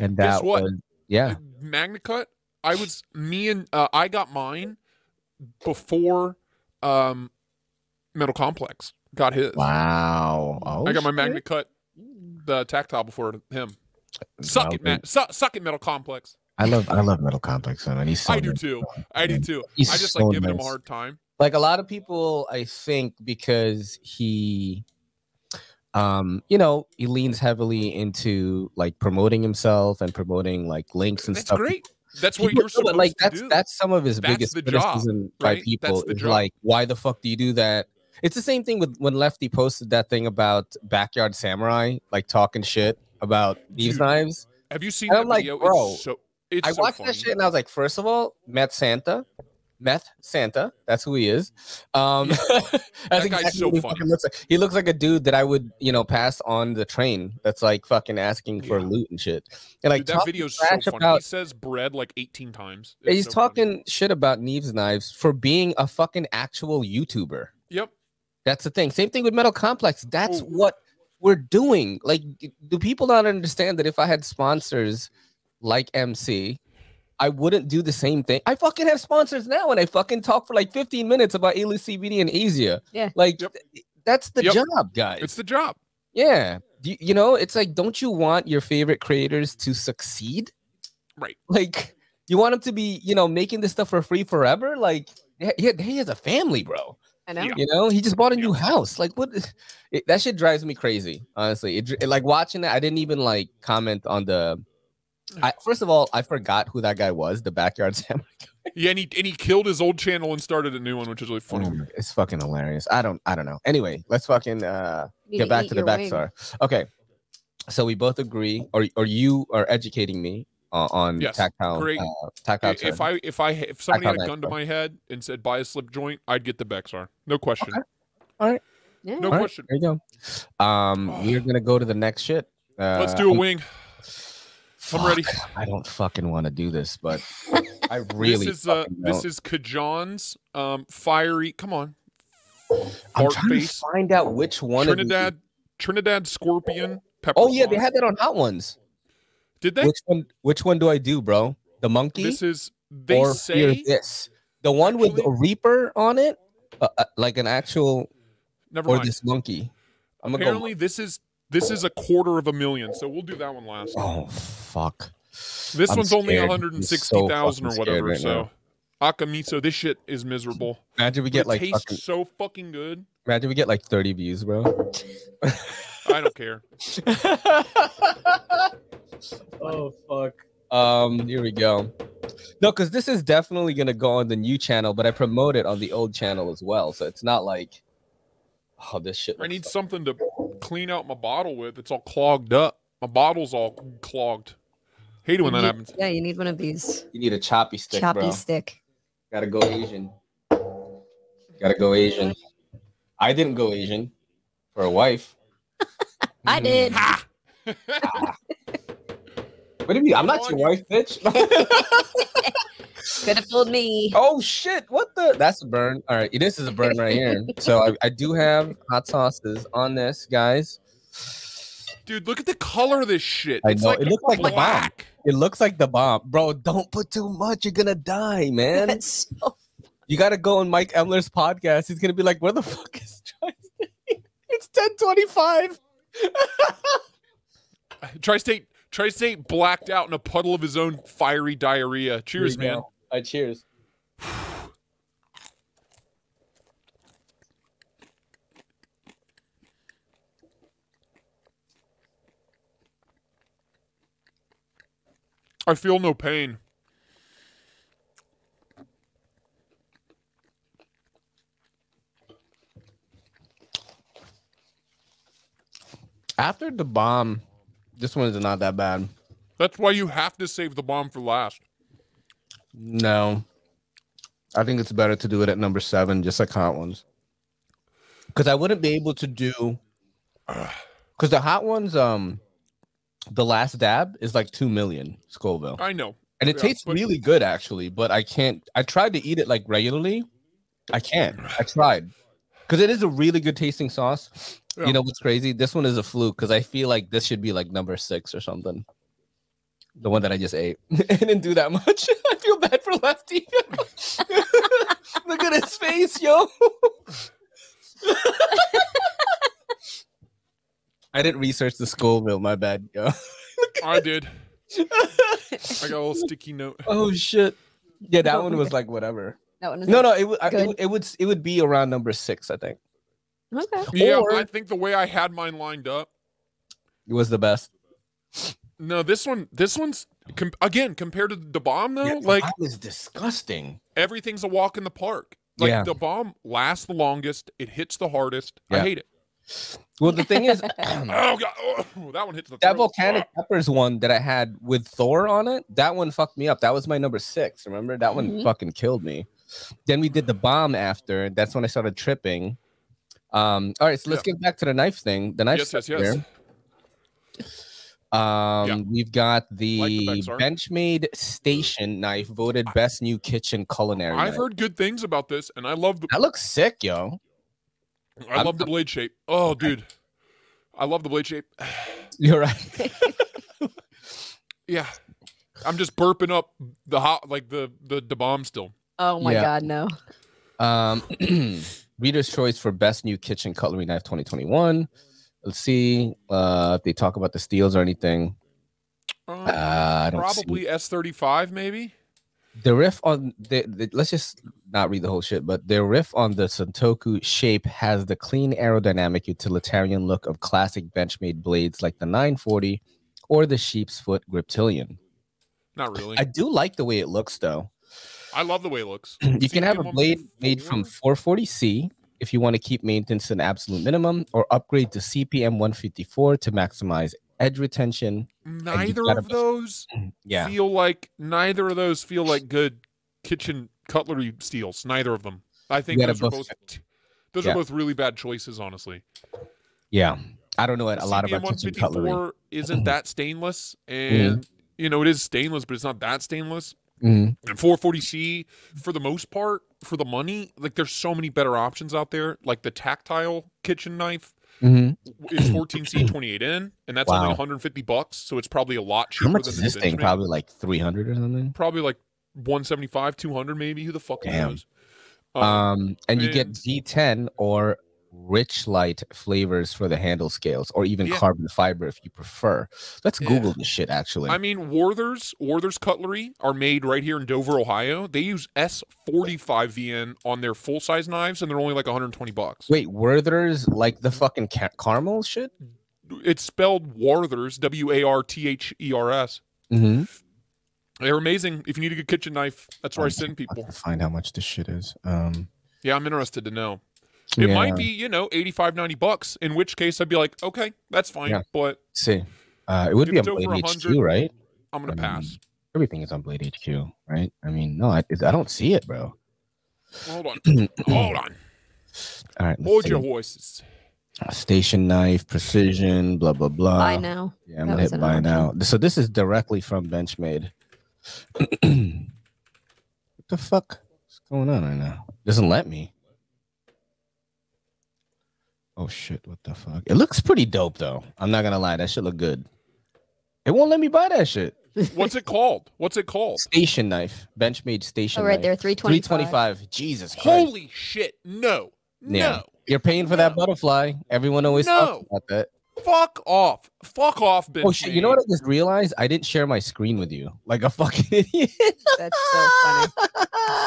And Guess that what? was yeah. Magna cut. I was me and uh, I got mine before um, Metal Complex got his. Wow. Oh, I got my shit. Magna cut, the tactile before him. Wow, Suck it, Matt. Su- suck it, Metal Complex. I love I love metal complex man. He's so I do nice. too. I do too. He's I just so like giving him a nice. hard time. like a lot of people i think because he um you know he leans heavily into like promoting himself and promoting like links and That's stuff great. That's what People- you're no, supposed but like to that's do. that's some of his That's biggest the job, criticism by right? people That's the is job. like why the fuck do you do that it's the same thing with when lefty posted that thing about backyard samurai like talking shit about these Dude, knives Have you seen And that I'm like, video? bro, it's so, it's I so watched funny. that shit and I was like, first of all, Meth Santa, Meth Santa, that's who he is. Um, that's That guy's exactly so what he funny. fucking looks like. He looks like a dude that I would, you know, pass on the train. That's like fucking asking for Yeah. loot and shit. And like Dude, that talking video's so trash funny. he about- says bread like 18 times. It's he's so funny. talking shit about Neves knives for being a fucking actual YouTuber. Yep. That's the thing. Same thing with Metal Complex. That's Ooh. what we're doing. Like, d- do people not understand that if I had sponsors like MC, I wouldn't do the same thing? I fucking have sponsors now, and I fucking talk for like 15 minutes about Alu CBD and Asia. Yeah. Like, Yep. th- that's the Yep. job, guys. It's the job. yeah. you, you know, it's like, don't you want your favorite creators to succeed? Right. Like, you want them to be, you know, making this stuff for free forever? Like, yeah, yeah, he has a family, bro. I know. Yeah. You know, he just bought a new Yeah. house. Like, what? is- It, that shit drives me crazy, honestly. It, dr- it- like watching that, I didn't even like comment on the. Hmm. I, first of all, I forgot who that guy was. The backyard Sam. Yeah, and he and he killed his old channel and started a new one, which is really funny. It's fucking hilarious. I don't. I don't know. Anyway, let's fucking uh, You need get back eat to the your wing. backstar. Okay, so we both agree, or or you are educating me on, on Yes, tactile, great. uh, tactile. I- if turn. I if I if somebody call had a that gun to fun. my head and said buy a slip joint, I'd get the Bexar. No question. Yeah. No All right. question. there you go. Um, we're gonna go to the next shit. Uh, Oh. Let's do a I'm- wing. I'm ready. fuck, I don't fucking want to do this, but I really. this is uh fucking this don't. is Kajan's um fiery come on. I'm Fart trying face. to find out which one of these- Trinidad Trinidad Scorpion pepper. Oh yeah, they sauce. had that on Hot Ones. Did they? Which one? Which one do I do, bro? The monkey. This is they or fear say this the one with a actually- reaper on it uh, uh, like an actual never or mind. this monkey i'm gonna Apparently this is this is a quarter of a million, so we'll do that one last. go oh fuck This I'm one's only scared. I'm so 160,000 or fucking whatever. scared right so, Akamiso, this shit is miserable. imagine we But get it like tastes fucking, so fucking good. imagine we get like 30 views bro I don't care. Oh fuck. um here we go no because this is definitely gonna go on the new channel but i promote it on the old channel as well so it's not like oh this shit I looks need like- something to clean out my bottle with. It's all clogged up. My bottle's all clogged. Hate it when You that need- happens. Yeah, you need one of these you need a choppy stick choppy bro stick. Gotta go Asian. Gotta go Asian. I didn't go Asian for a wife. I Mm-hmm. did. Ah. What do you mean? I'm not your wife, bitch. Could have fooled me. oh shit! What the? That's a burn. All right, this is a burn right here. So I, I do have hot sauces on this, guys. Dude, look at the color of this shit. I It's know, like it looks like the bomb. black. It looks like the bomb, bro. Don't put too much; you're gonna die, man. That's so You gotta go on Mike Emler's podcast. He's gonna be like, "Where the fuck is Tri-State? It's 10:25." Tri-state, Tri-state blacked out in a puddle of his own fiery diarrhea. Cheers, Here we go. man. All right, cheers. I feel no pain. After the bomb, this one is not that bad. That's why you have to save the bomb for last. No. I think it's better to do it at number seven, just like hot ones. Because I wouldn't be able to do because the hot ones, um the last dab is like two million Scoville. I know. And it yeah, tastes but- really good actually, but I can't I tried to eat it like regularly. I can't. I tried. Because it is a really good tasting sauce. Yeah. You know what's crazy? This one is a fluke because I feel like this should be like number six or something. The one that I just ate. I didn't do that much. I feel bad for Lefty. Look at his face, yo. I didn't research the Scoville, my bad, yo. I did. I got a little sticky note. Oh shit. Yeah, that one was like whatever. that one is No, no, it would, I- it Good. would it would it would be around number six, I think. Okay. Yeah, Or- I think the way I had mine lined up. It was the best. No, this one, this one's com- again compared to the bomb though. like was disgusting. everything's a walk in the park. Like Yeah. the bomb lasts the longest. It hits the hardest. I Yeah. hate it. Well, the thing is, Oh god, oh, that one hits the. that throat. volcanic peppers one that I had with Thor on it, that one fucked me up. That was my number six. Remember that one Mhm. Mm-hmm. fucking killed me. Then we did the bomb after. That's when I started tripping. Um, all right, so let's get back to the knife thing. The knife. Yes, yes, stuff yes. here. Um, we've got the, Bexar. Benchmade Station knife voted best new kitchen culinary. I've knife. heard good things about this, and I love the that looks sick, yo. I I'm- love the blade shape. Oh, dude, I love the blade shape. You're right. Yeah, I'm just burping up the hot like the the, the bomb still. Oh my Yeah. god, no. Um, Reader's Choice for Best New Kitchen Cutlery Knife 2021. Let's see uh, if they talk about the steals or anything. Um, Uh, I don't see probably S35, maybe. the riff on the, the let's just not read the whole shit, but the riff on the Sentoku shape has the clean aerodynamic utilitarian look of classic benchmade blades like the 940 or the sheep's foot griptilian. Not really. I I, do like the way it looks though. love the way it looks. you Seen can have a them on blade made from 440C if you want to keep maintenance an absolute minimum or upgrade to CPM 154 to maximize edge retention. Neither gotta- of those feel like neither of those feel like good kitchen cutlery steals. Neither of them. I think gotta those are both- both those Yeah. are both really bad choices, honestly. Yeah. I don't know a lot CBM about kitchen cutlery. Mm-hmm. 154 isn't that stainless, and you know it is stainless, but it's not that stainless. Mhm. And 440C, for the most part, for the money, like there's so many better options out there. Like the tactile kitchen knife Mhm. is 14C 28N, and that's only Wow. 150 bucks, so it's probably a lot cheaper How much than is the this thing? Benchmade. Probably like 300 or something. Probably like 175, 200 maybe. Who the fuck Damn. knows? Um, and you get and- G10 or rich light flavors for the handle scales, or even Yeah. carbon fiber if you prefer. Let's Yeah. Google this shit actually. I mean, Warthers, Warthers Cutlery are made right here in Dover, Ohio. They use S45VN on their full size knives, and they're only like 120 bucks. Wait, Werther's like the fucking ca- caramel shit? It's spelled Warthers, W A R T H E R S. Mm-hmm. They're amazing. If you need a good kitchen knife, that's where I send people. Find how much this shit is. Um, Yeah, I'm interested to know. It might yeah, be, you know, 85, 90 bucks, in which case I'd be like, okay, that's fine, Yeah. but let's see. Uh, it would If be on it's over Blade 100 HQ, right? I'm going to I mean, pass. Everything is on Blade HQ, right? I mean, no, I, I don't see it, bro. Hold on. Hold on. All right, let's Hold see. your horses. station knife, precision, blah blah blah. Buy now. Yeah, I'm That gonna was hit an buy option. now. So this is directly from Benchmade. what the fuck is going on right now? Doesn't let me. Oh shit! What the fuck? It looks pretty dope though. I'm not gonna lie, that shit look good. It won't let me buy that shit. What's it called? What's it called? Station knife, Benchmade station. Oh, right knife. there, 325. 325. Jesus Christ! Holy shit. No. Yeah. No. You're paying for that No. butterfly. Everyone always talks No. about that. Fuck off. Fuck off, Ben. Oh shit! You know what I just realized? I didn't share my screen with you, like a fucking idiot. That's so funny.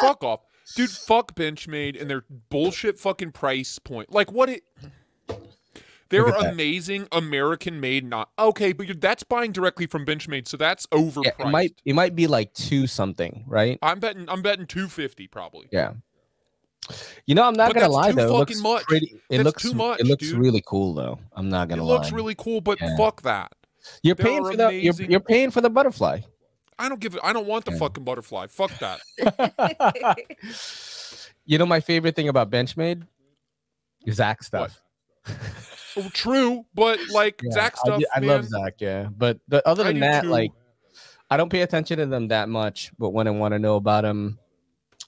Fuck off. Dude, fuck Benchmade and their bullshit fucking price point. Like, what it. They're Look at that. amazing American made not. Okay, but you're, that's buying directly from Benchmade, so that's overpriced. Yeah, it might it might be like two something, right? I'm betting I'm betting 250 probably. Yeah. You know, I'm not But gonna that's lie too though. It looks fucking much. pretty. It That's looks too much, It looks dude. really cool though. I'm not It gonna looks lie. really cool, but Yeah. fuck that. you're they paying are for the you're, amazing. you're paying for the butterfly. I don't give a- I don't want the Yeah. fucking butterfly. Fuck that. you know, my favorite thing about Benchmade, Zach stuff. Oh, True, but like Yeah, Zach I, stuff. do- I man, love Zach. Yeah, but the, other I than do that, too. like, I don't pay attention to them that much. But when I want to know about them,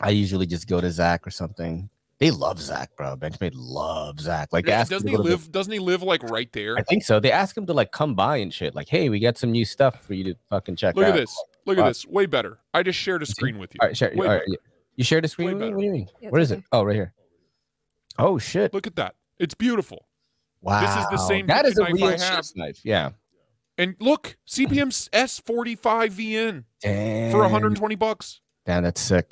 I usually just go to Zach or something. They love Zach, bro. Benchmade love Zach. Like, they Yeah, ask him doesn't to he go to the- live? Doesn't he live like right there? I think so. They ask him to like come by and shit. Like, hey, we got some new stuff for you to fucking check Look out. at this. Look at Wow. this. Way better. I just shared a see? screen with you. All right, share, Way all right, better. yeah. you shared a screen. with me? better. What do you mean? Yeah, Where it's is it? okay. Oh, right here. Oh shit! Look at that. It's beautiful. wow, is the same That is a knife I real have. chef's knife. Yeah. And look, CPM's S45VN Damn. for 120 bucks. Damn, that's sick.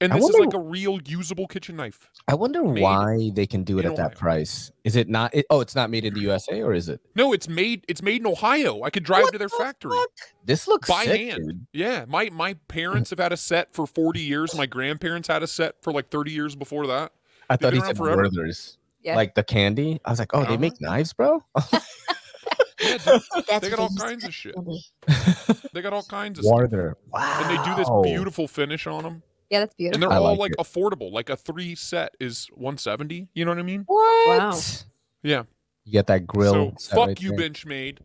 And I this is wonder- like a real usable kitchen knife. I wonder Made why they can do it in at that Ohio. price. Is it not? It, oh, it's not made in the USA, or is it? No, it's made it's made in Ohio. I could drive to their factory. This looks By sick, hand. dude. Yeah, my my parents have had a set for 40 years. My grandparents had a set for like 30 years before that. I They've thought been he around said forever. Werther's, Yeah. like the candy. I was like, oh, they Uh-huh. make knives, bro. Yeah, dude, That's what they got all used to kinds of shit. call me. They got all kinds of stuff. Werther. Wow. And they do this beautiful finish on them. Yeah, that's And beautiful. they're I all like like affordable. Like a 3 set is 170, you know what I mean? What? Wow. Yeah. You get that grill. So set fuck right you, there. Benchmade.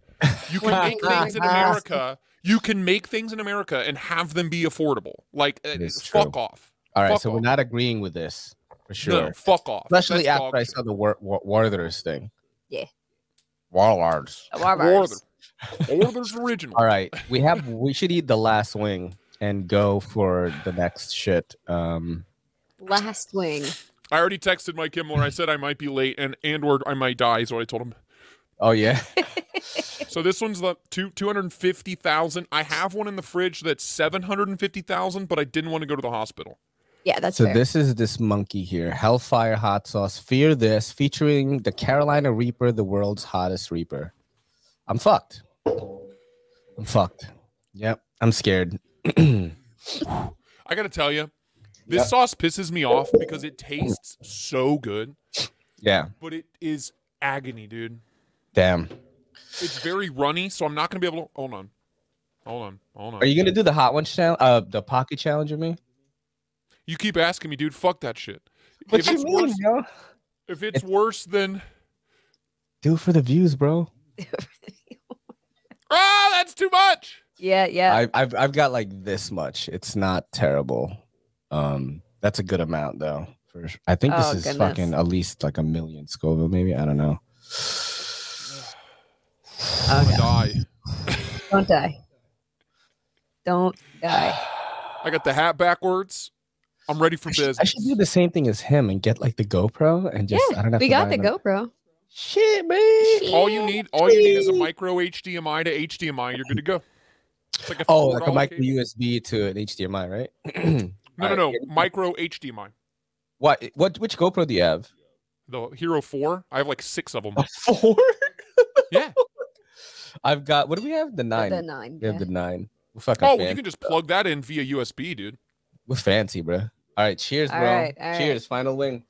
You can make things in America. You can make things in America and have them be affordable. Like, uh, It is fuck true. off. All right, Fuck so we're off. not agreeing with this for sure. No, fuck off. Especially That's after dog I shit. saw the Wer- Wer- Werther's thing. Yeah. Warlards. Oh, our Warther. bars. Warther's original. All right, we have we should eat the last wing and go for the next shit. Um, Last wing. I already texted Mike Kimmler. I said I might be late and and or I might die is what I told him. Oh yeah. So this one's the two two hundred fifty thousand. I have one in the fridge that's seven hundred and fifty thousand, but I didn't want to go to the hospital. Yeah, that's so fair. this is this monkey here, Hellfire Hot Sauce. Fear this, featuring the Carolina Reaper, the world's hottest reaper. I'm fucked. I'm fucked. Yep, I'm scared. I gotta tell you, this sauce pisses me off because it tastes so good, yeah, but it is agony, dude. damn. It's very runny, so I'm not gonna be able to. Hold on, hold on, hold on. Are you gonna do the hot ones challenge? Uh, the pocket challenge with me? You keep asking me, dude. Fuck that shit. What if you it's mean, worse, yo? if it's worse than Do it for the views, bro. ah, that's too much. yeah, yeah. I, I've I've got like this much. It's not terrible. Um, that's a good amount though. For s- I think this Oh, is goodness. fucking at least like a million Scoville, maybe. I don't know. I'm gonna die. Don't die. Don't die. I got the hat backwards. I'm ready for I should, business. I should do the same thing as him and get like the GoPro and just I don't yeah, have we to got buy the another- GoPro. Shit, man. All you need, all you need is a micro HDMI to HDMI. You're good to go. It's like a Oh, like a $4 micro cable. USB to an HDMI, right? No, no, no, micro HDMI. what? What? Which GoPro do you have? The Hero Four. I have like six of them. Four. Yeah. I've got. What do we have? The nine. The nine. we have yeah. the nine. We're fucking Oh, fancy. you can just plug that in via USB, dude. We're fancy, bro. All right, cheers, All bro. right, all right. cheers. Final wing.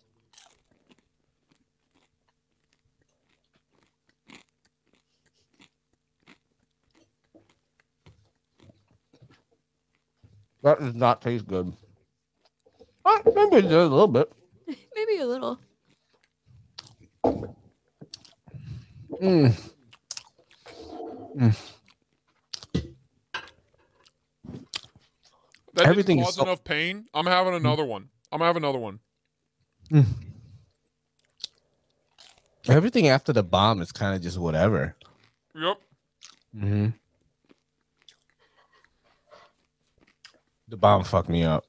That does not taste good. Ah, maybe it does a little bit. Maybe a little. Mm. That Everything Everything is cause so- enough pain. I'm having another one. I'm gonna have another one. Everything after the bomb is kind of just whatever. Yep. Mm-hmm. The bomb fucked me up.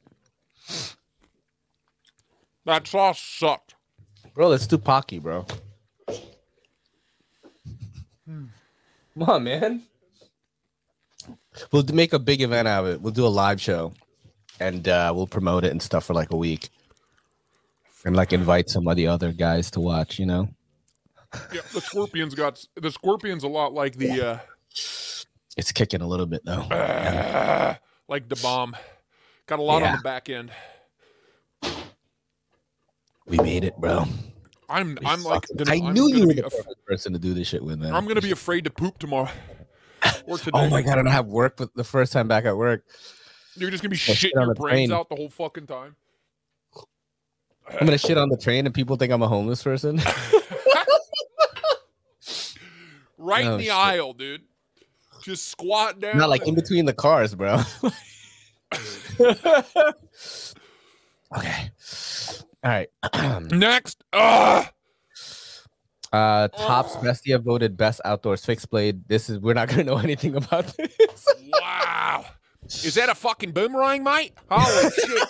That sauce sucked. Bro, let's do Pocky, bro. Hmm. Come on, man. We'll d- make a big event out of it. We'll do a live show and uh, we'll promote it and stuff for like a week. And like invite some of the other guys to watch, you know? Yeah, the scorpions got s- the scorpions a lot like the uh, It's kicking a little bit though. uh like the bomb. Got a lot on Yeah. the back end. We made it, bro. I'm We I'm like fucking- gonna, I I'm knew gonna you were be the af- perfect person to do this shit with, man. I'm gonna be afraid to poop tomorrow. Or today. Oh my god, I don't have work for the first time back at work. You're just gonna be shit shitting on your a brains train. out the whole fucking time. I'm gonna shit on the train and people think I'm a homeless person. Right No in the Oh, shit. aisle, dude. Just squat down. Not like in between the cars, bro. okay. All right. next. Ugh! Uh Tops Oh. Bestia voted best outdoors fixed blade. This is we're not gonna know anything about this. Wow. Is that a fucking boomerang, mate? Holy shit.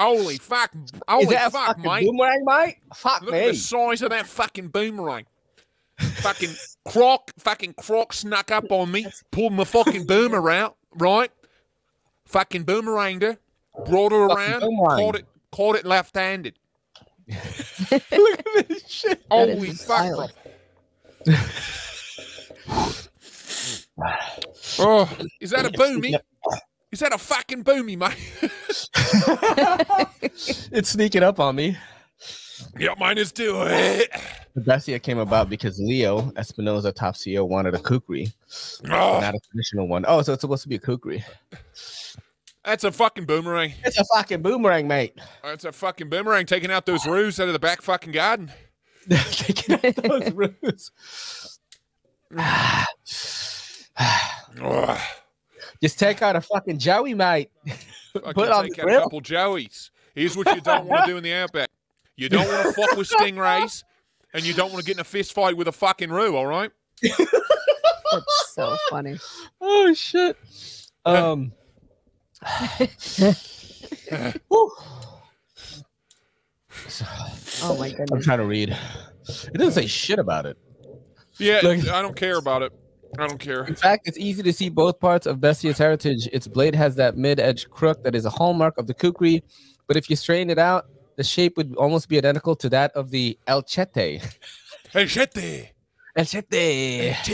Holy fuck. Holy is that a fuck, fucking mate. boomerang, mate? Fuck Look at me. the size of that fucking boomerang. fucking croc, fucking croc snuck up on me, pulled my fucking boomer out, right? Fucking boomeranged her, brought her Fucking around, boomerang. caught it, caught it left-handed. Look at this shit. That is Holy fuck! wild. oh, is that a boomy? Is that a fucking boomy, mate? It's sneaking up on me. yeah, mine is too. Oh, The Bestia came about because Leo Espinoza Top CEO wanted a kukri, oh, not a traditional one. Oh, so it's supposed to be a kukri. that's a fucking boomerang. It's a fucking boomerang, mate. That's a fucking boomerang taking out those roos out of the back fucking garden. Taking out those roots. Ugh. Just take out a fucking Joey, mate. I Put can on take the out a grill. couple joeys. Here's what you don't want to do in the outback. You don't want to fuck with stingrays, and you don't want to get in a fist fight with a fucking roo. All right. That's so funny. Oh shit. Um. whew. Oh my I'm goodness. Oh trying to read. It doesn't say shit about it. Yeah, Look- I don't care about it. I don't care. In fact, it's easy to see both parts of Bestia's heritage. Its blade has that mid-edge crook that is a hallmark of the kukri, but if you strain it out, the shape would almost be identical to that of the elchete. Machete, Elchete.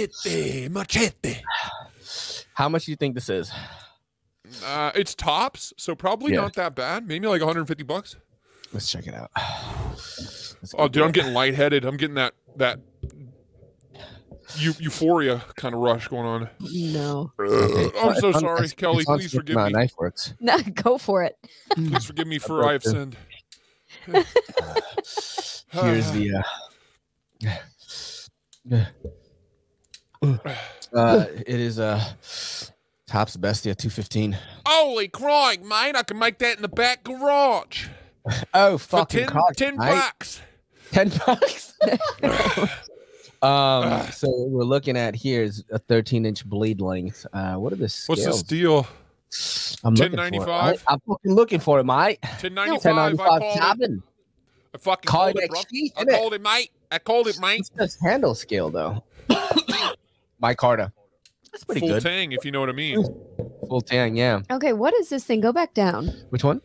machete, machete. How much do you think this is? Uh, it's tops, so probably Yeah. not that bad. Maybe like 150 bucks. Let's check it out. Let's Oh, Google dude, I'm it. getting lightheaded. I'm getting that that eu- euphoria kind of rush going on. No. Okay. I'm so It's on- sorry, it's- Kelly. it's on Please Swift forgive Mountain me. Knife Works. No, go for it. Please forgive me for broke I have the- sinned. Here's the. Uh, uh, it is uh, Tops Bestia 215. Holy crying, mate! I can make that in the back garage Oh, for fucking 10, cock, 10 mate. bucks. 10 bucks. um, so what we're looking at here is a 13 inch blade length. Uh, what are the scales? What's this deal? I'm looking for it, 10.95? mate. I'm fucking looking for it, mate. 1095. I 1095 called it. cabin. I fucking Call called it it, next bro. sheet, I innit? called it, mate. I called it, mate. It's just handle scale though. My Carta. That's pretty Full good. tang, if you know what I mean. Full tang, yeah. Okay, what is this thing? Go back down. Which one?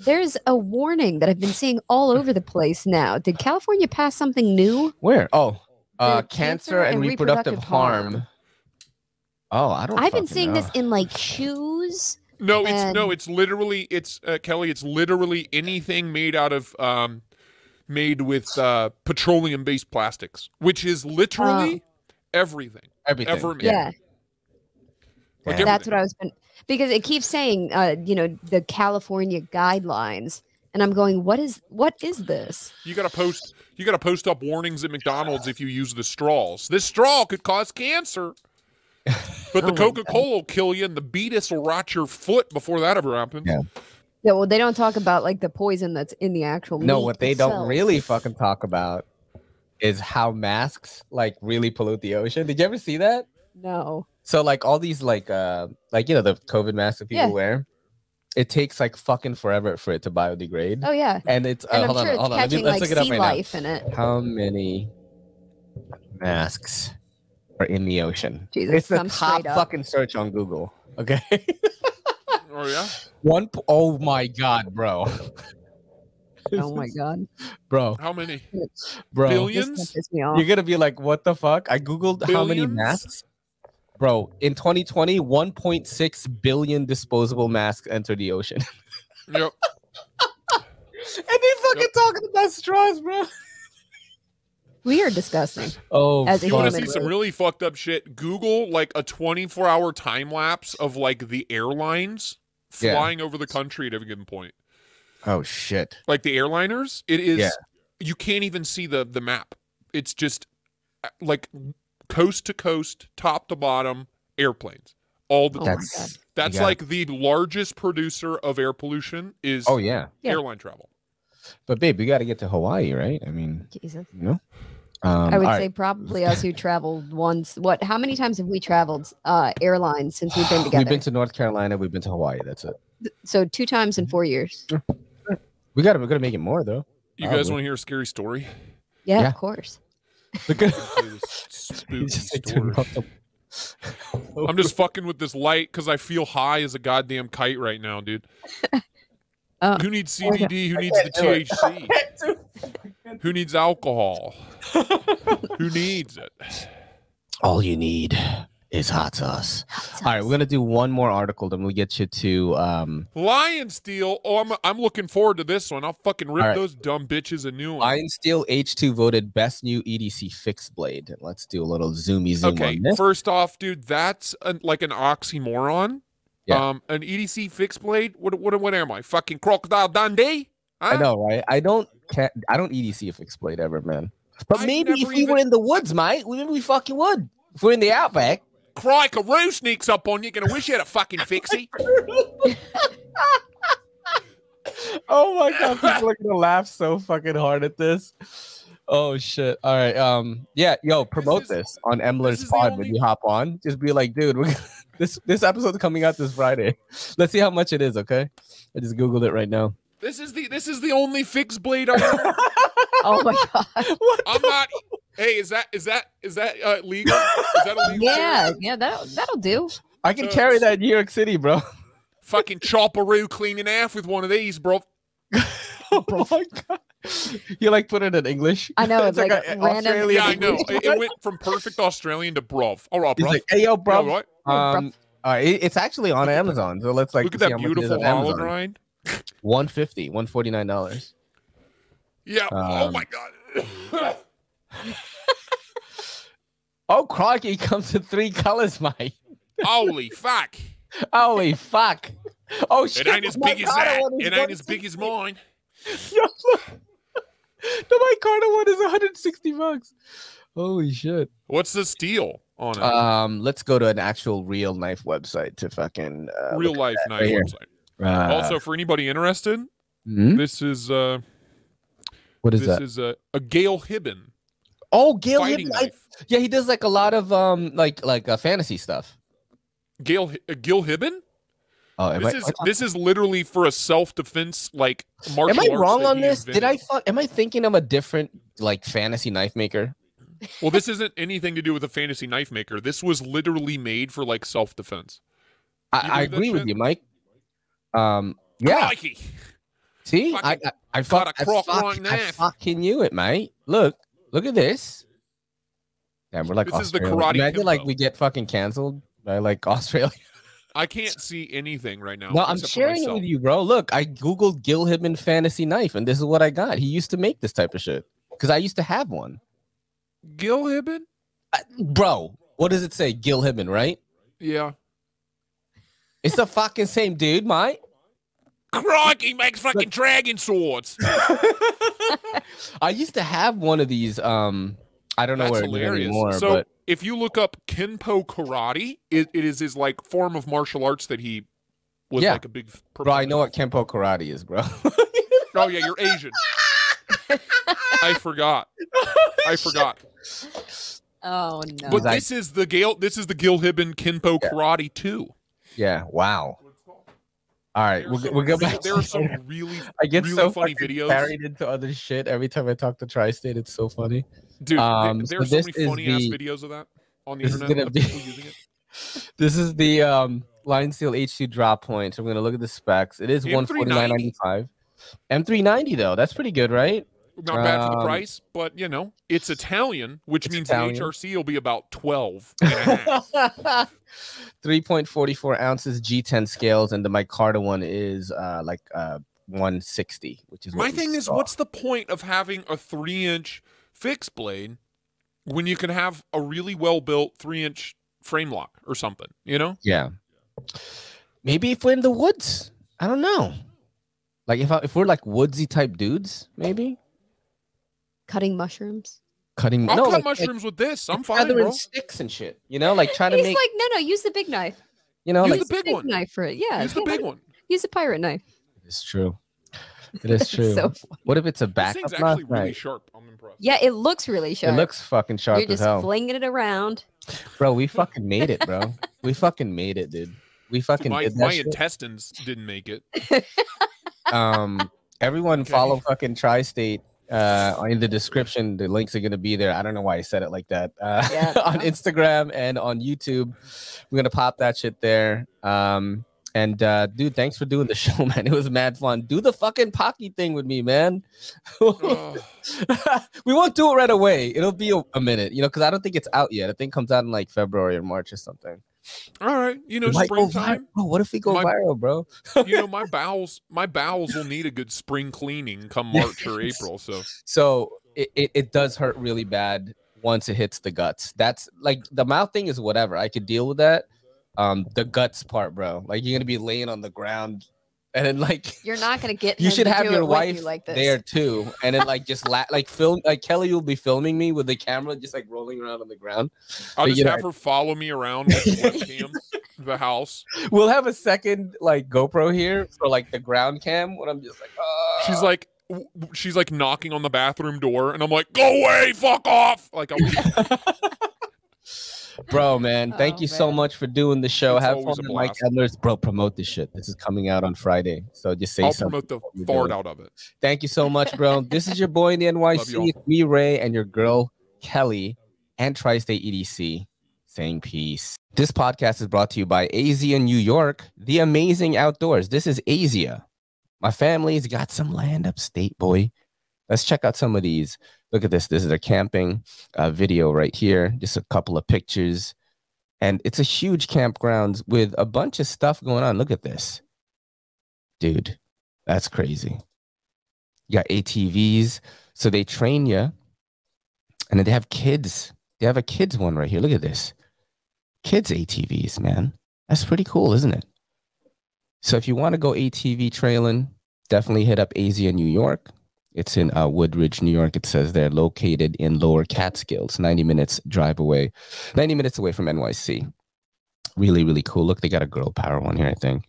There's a warning that I've been seeing all over the place now. Did California pass something new? Where? Oh, uh, The cancer, and, reproductive, harm. Oh, I don't. I've fucking been seeing know. this in like shoes. No, it's no, And- it's literally it's uh, Kelly. It's literally anything made out of um, made with uh, petroleum-based plastics, which is literally everything. everything. ever made. Yeah, Like Yeah. that's what I was been because it keeps saying, uh, you know, the California guidelines, and I'm going, what is what is this? You gotta post. You gotta post up warnings at McDonald's if you use the straws. This straw could cause cancer. But Oh the my Coca Cola will kill you, and the beatus will rot your foot before that ever happens. Yeah. Yeah, well, they don't talk about like the poison that's in the actual. No, meat what they itself. don't really fucking talk about is how masks like really pollute the ocean. Did you ever see that? No, So like all these like uh like you know the COVID masks that people Yeah. wear, it takes like fucking forever for it to biodegrade. oh yeah, And it's uh, and hold I'm sure on, it's hold on. Let me, catching let's like look it up sea right now. life in it. How many masks are in the ocean? Jesus, It's the I'm top straight up. fucking search on Google. Okay. Oh yeah. One. p- Oh my god, bro. Oh my god, Bro, How many? bro. this gonna Billions. piss me off. You're gonna be like, what the fuck? I googled how many Billions? masks. Bro, in 2020, 1.6 billion disposable masks entered the ocean. Yep. and they fucking Yep. talking about straws, bro. We are disgusting. Oh, As a You want to human. see some really fucked up shit? Google like a 24 hour time lapse of like the airlines Yeah. flying over the country at every given point. oh shit. Like the airliners, it is Yeah. you can't even see the the map. It's just uh, like coast to coast, top to bottom airplanes all the Oh my time. God. That's That's yeah. like the largest producer of air pollution is oh yeah. yeah. airline travel. But babe, we got to get to Hawaii, right? I mean, Jesus, you know. Um, I would all say right. probably us who traveled once. What? How many times have we traveled uh, airlines since we've been together? We've been to North Carolina. We've been to Hawaii. That's it. so two times Mm-hmm. in four years. We got to. We're gonna make it more though. You Wow, guys we- want to hear a scary story? Yeah, Yeah. of course. We're gonna- Spooky Just like to story. knock the- I'm just fucking with this light because I feel high as a goddamn kite right now, dude. Oh. Who needs CBD? Who needs the THC? Who needs alcohol? Who needs it? All you need is hot sauce. All right, we're gonna do one more article, then we'll get you to. Um, Lion Steel. Oh, I'm I'm looking forward to this one. I'll fucking rip All right. those dumb bitches a new one. Lion Steel H2 voted best new E EDC fixed blade. And Let's do a little zoomy zoom okay, on this. first off, dude, that's an like an oxymoron. Yeah. Um, an EDC fixed blade. What what what am I? Fucking crocodile Dundee? I Huh? know, right? I don't. Can't, I don't EDC a fixed blade ever, man. But I maybe if never we were even- in the woods, mate, maybe we fucking would. If we're in the outback, Crike, a roo sneaks up on you. Gonna wish you had a fucking fixie. Oh my god, people are gonna laugh so fucking hard at this. Oh shit. All right. Um yeah, yo, promote is- this, on Embler's is the pod only- when you hop on. Just be like, dude, we're gonna- this this episode's coming out this Friday. Let's see how much it is, okay? I just googled it right now. This is the this is the only fixed blade I've ever. Oh my god. What? I'm not Hey, is that is that is that uh, legal? Is that illegal? Yeah, yeah, that'll that'll do. I can carry that in New York City, bro. Fucking chopperoo cleaning off with one of these, bro. oh my god. You like put it in English. I know, it's like a- a- random- Australian Yeah, I know. English. It, it went from perfect Australian to bruv. All right, He's bruv. like, hey yo, Yeah, bro. right. Um, all right, it- it's actually on Amazon. So let's like Look at see that how much it is beautiful on olive Amazon. rind. 150 149 dollars Yeah. oh Um, my god. oh crikey it comes in three colors mate Holy fuck! holy fuck oh shit It ain't as my big as Carter that. one is It ain't as big as 160. Yo, mine. look. the Mike Carter one is 160 bucks holy shit What's the steal on it? um let's go to an actual real knife website to fucking uh, Real life knife right here. website. look- uh, also, for anybody interested, hmm? this is uh what is this that is a a Gail Hibben oh gail fighting Hibben. I- knife. yeah he does like a lot of um like like uh, fantasy stuff Gail Hi- uh, Gil Hibben. oh am This I, is this is literally for a self defense like martial am I arts wrong that on he this? Did I invented. fu- am I thinking I'm a different like fantasy knife maker? Well, this isn't anything to do with a fantasy knife maker. This was literally made for like self defense. You I, I believe that agree with shit? you, Mike. Um, yeah. Crikey. See, I I, I, cut fuck, a I, crock fuck, wrong I knife. fucking knew it, mate. Look, look at this. Damn, we're like This is the Australian. karate Imagine like kimbo. we get fucking canceled by like Australia. I can't see anything right now. No, I'm except for sharing it myself. with you, bro. Look, I googled Gil Hibben fantasy knife, and this is what I got. He used to make this type of shit because I used to have one, Gil Hibben? I, bro. What does it say, Gil Hibben? Right? Yeah. It's the fucking same dude, mate. Crikey makes fucking dragon swords. I used to have one of these. Um, I don't know That's where it is hilarious. anymore, so but if you look up Kenpo karate, it, it is his like form of martial arts that he was Yeah. like a big. bro, I know what Kenpo karate is, bro. Oh yeah, you're Asian. I forgot. I forgot. Oh no. But He's like- this is the Gil. This is the Gil Hibben Kenpo Yeah. Karate too. yeah, wow. All right, There are we'll, some we'll go really- back. There to- are some really, I get really so funny fucking videos. carried into other shit every time I talk to Tri-State. It's so funny. dude. Um, th- so there are so this many is funny ass the- videos of that on the This is internet. gonna Of be- people using it. This is the um, Lion Seal H2 drop point. So I'm gonna look at the specs. It is one forty nine ninety M390. five. M390 though, that's pretty good, right? Not bad for the Um, price, but you know it's Italian, which it's means Italian. the HRC will be about twelve. and a half. 3.44 ounces G10 scales, and the micarta one is uh, like uh, 160, which is My what we thing is, saw. what's the point of having a three-inch fixed blade when you can have a really well-built three-inch frame lock or something? You know, yeah. Maybe if we're in the woods, I don't know. Like if I, if we're like woodsy type dudes, maybe Cutting mushrooms. cutting. I'll Mm, no, cut like, mushrooms with this. like I'm fine, feathering bro. sticks and shit. You know, like trying to He's make like, no, no, use the big knife. you know, Use like the big one. knife for it. Yeah. Use the yeah, big one. Use a pirate knife. it's true. It is It's true. so what if it's a This backup thing's knife? actually really Right. sharp. I'm impressed. Yeah, it looks really It sharp. looks fucking sharp You're as just hell. flinging it around. Bro, we fucking made it, bro. we fucking made it, dude. We fucking my did that my shit. intestines didn't make it. Um, everyone Okay. follow fucking Tri-State uh in the description. The links are gonna be there. I don't know why I said it like that. Uh, Yeah. on Instagram and on YouTube, we're gonna pop that shit there. Um, and uh, dude, thanks for doing the show, man. It was mad fun. Do the fucking Pocky thing with me, man. Ugh. we won't do it right away. It'll be a, a minute, you know, because I don't think it's out yet. I think it comes out in like February or March or something. all right, you know, It might go springtime. viral. Bro, what if we go My- viral, bro? you know, my bowels, my bowels will need a good spring cleaning come March or April. So So it, it, it does hurt really bad once it hits the guts. That's like the mouth thing is whatever. I could deal with that. Um, the guts part, bro. Like you're gonna be laying on the ground and then like You're not gonna get. you him should to have do it your with wife you like this. there too. And then like just la- like film like Kelly will be filming me with the camera just like rolling around on the ground. I'll But just you know- have her follow me around with the webcam, the house. We'll have a second like GoPro here for like the ground cam when I'm just like oh. She's like, w- w- she's like knocking on the bathroom door, and I'm like, "Go away, fuck off!" Like, I'll be, Bro, man, thank Oh, you so man. much for doing the show. It's Have fun always a with Mike blast. Edler's. Bro, promote this shit. This is coming out on Friday. So just say I'll something. promote the you're fart doing. out of it. Thank you so much, bro. this is your boy in the y'all. NYC. It's me, Ray, and your girl, Kelly, and Tri State EDC saying peace. This podcast is brought to you by Asia New York, the amazing outdoors. This is Asia. My family's got some land upstate, boy. Let's check out some of these. Look at this. This is a camping uh, video right here, just a couple of pictures. And it's a huge campground with a bunch of stuff going on. Look at this. Dude, that's crazy. You got ATVs. So they train you. And then they have kids. They have a kids one right here. Look at this. Kids ATVs, man. That's pretty cool, isn't it? So if you want to go ATV trailing, definitely hit up Asia New York. It's in uh, Woodridge, New York. It says they're located in Lower Catskills, 90 minutes drive away, 90 minutes away from NYC. Really, really cool. Look, they got a girl power one here, I think.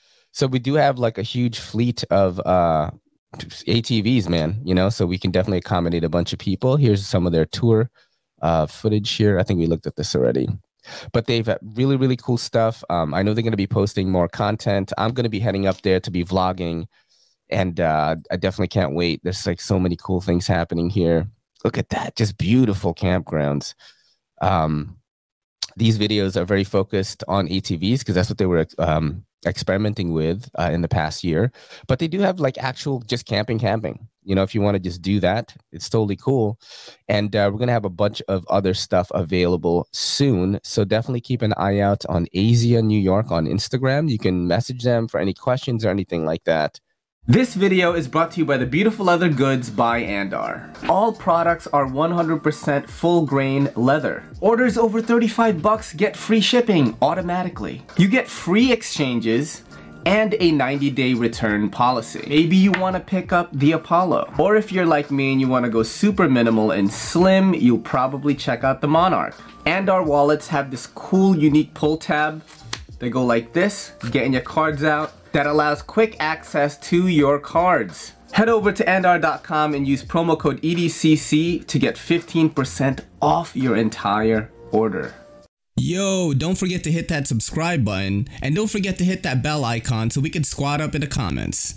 so we do have like a huge fleet of uh, ATVs, man. You know, so we can definitely accommodate a bunch of people. Here's some of their tour uh, footage here. I think we looked at this already but they've got really really cool stuff um, i know they're going to be posting more content i'm going to be heading up there to be vlogging and uh, i definitely can't wait there's like so many cool things happening here look at that just beautiful campgrounds um, these videos are very focused on atvs because that's what they were um, experimenting with uh, in the past year but they do have like actual just camping camping you know if you want to just do that it's totally cool and uh, we're going to have a bunch of other stuff available soon so definitely keep an eye out on asia new york on instagram you can message them for any questions or anything like that this video is brought to you by the Beautiful Leather Goods by Andar. All products are 100% full grain leather. Orders over 35 bucks get free shipping automatically. You get free exchanges and a 90 day return policy. Maybe you want to pick up the Apollo. Or if you're like me and you want to go super minimal and slim, you'll probably check out the Monarch. And our wallets have this cool, unique pull tab. They go like this, getting your cards out, that allows quick access to your cards. Head over to andar.com and use promo code E EDCC to get 15% off your entire order. Yo, don't forget to hit that subscribe button and don't forget to hit that bell icon so we can squad up in the comments.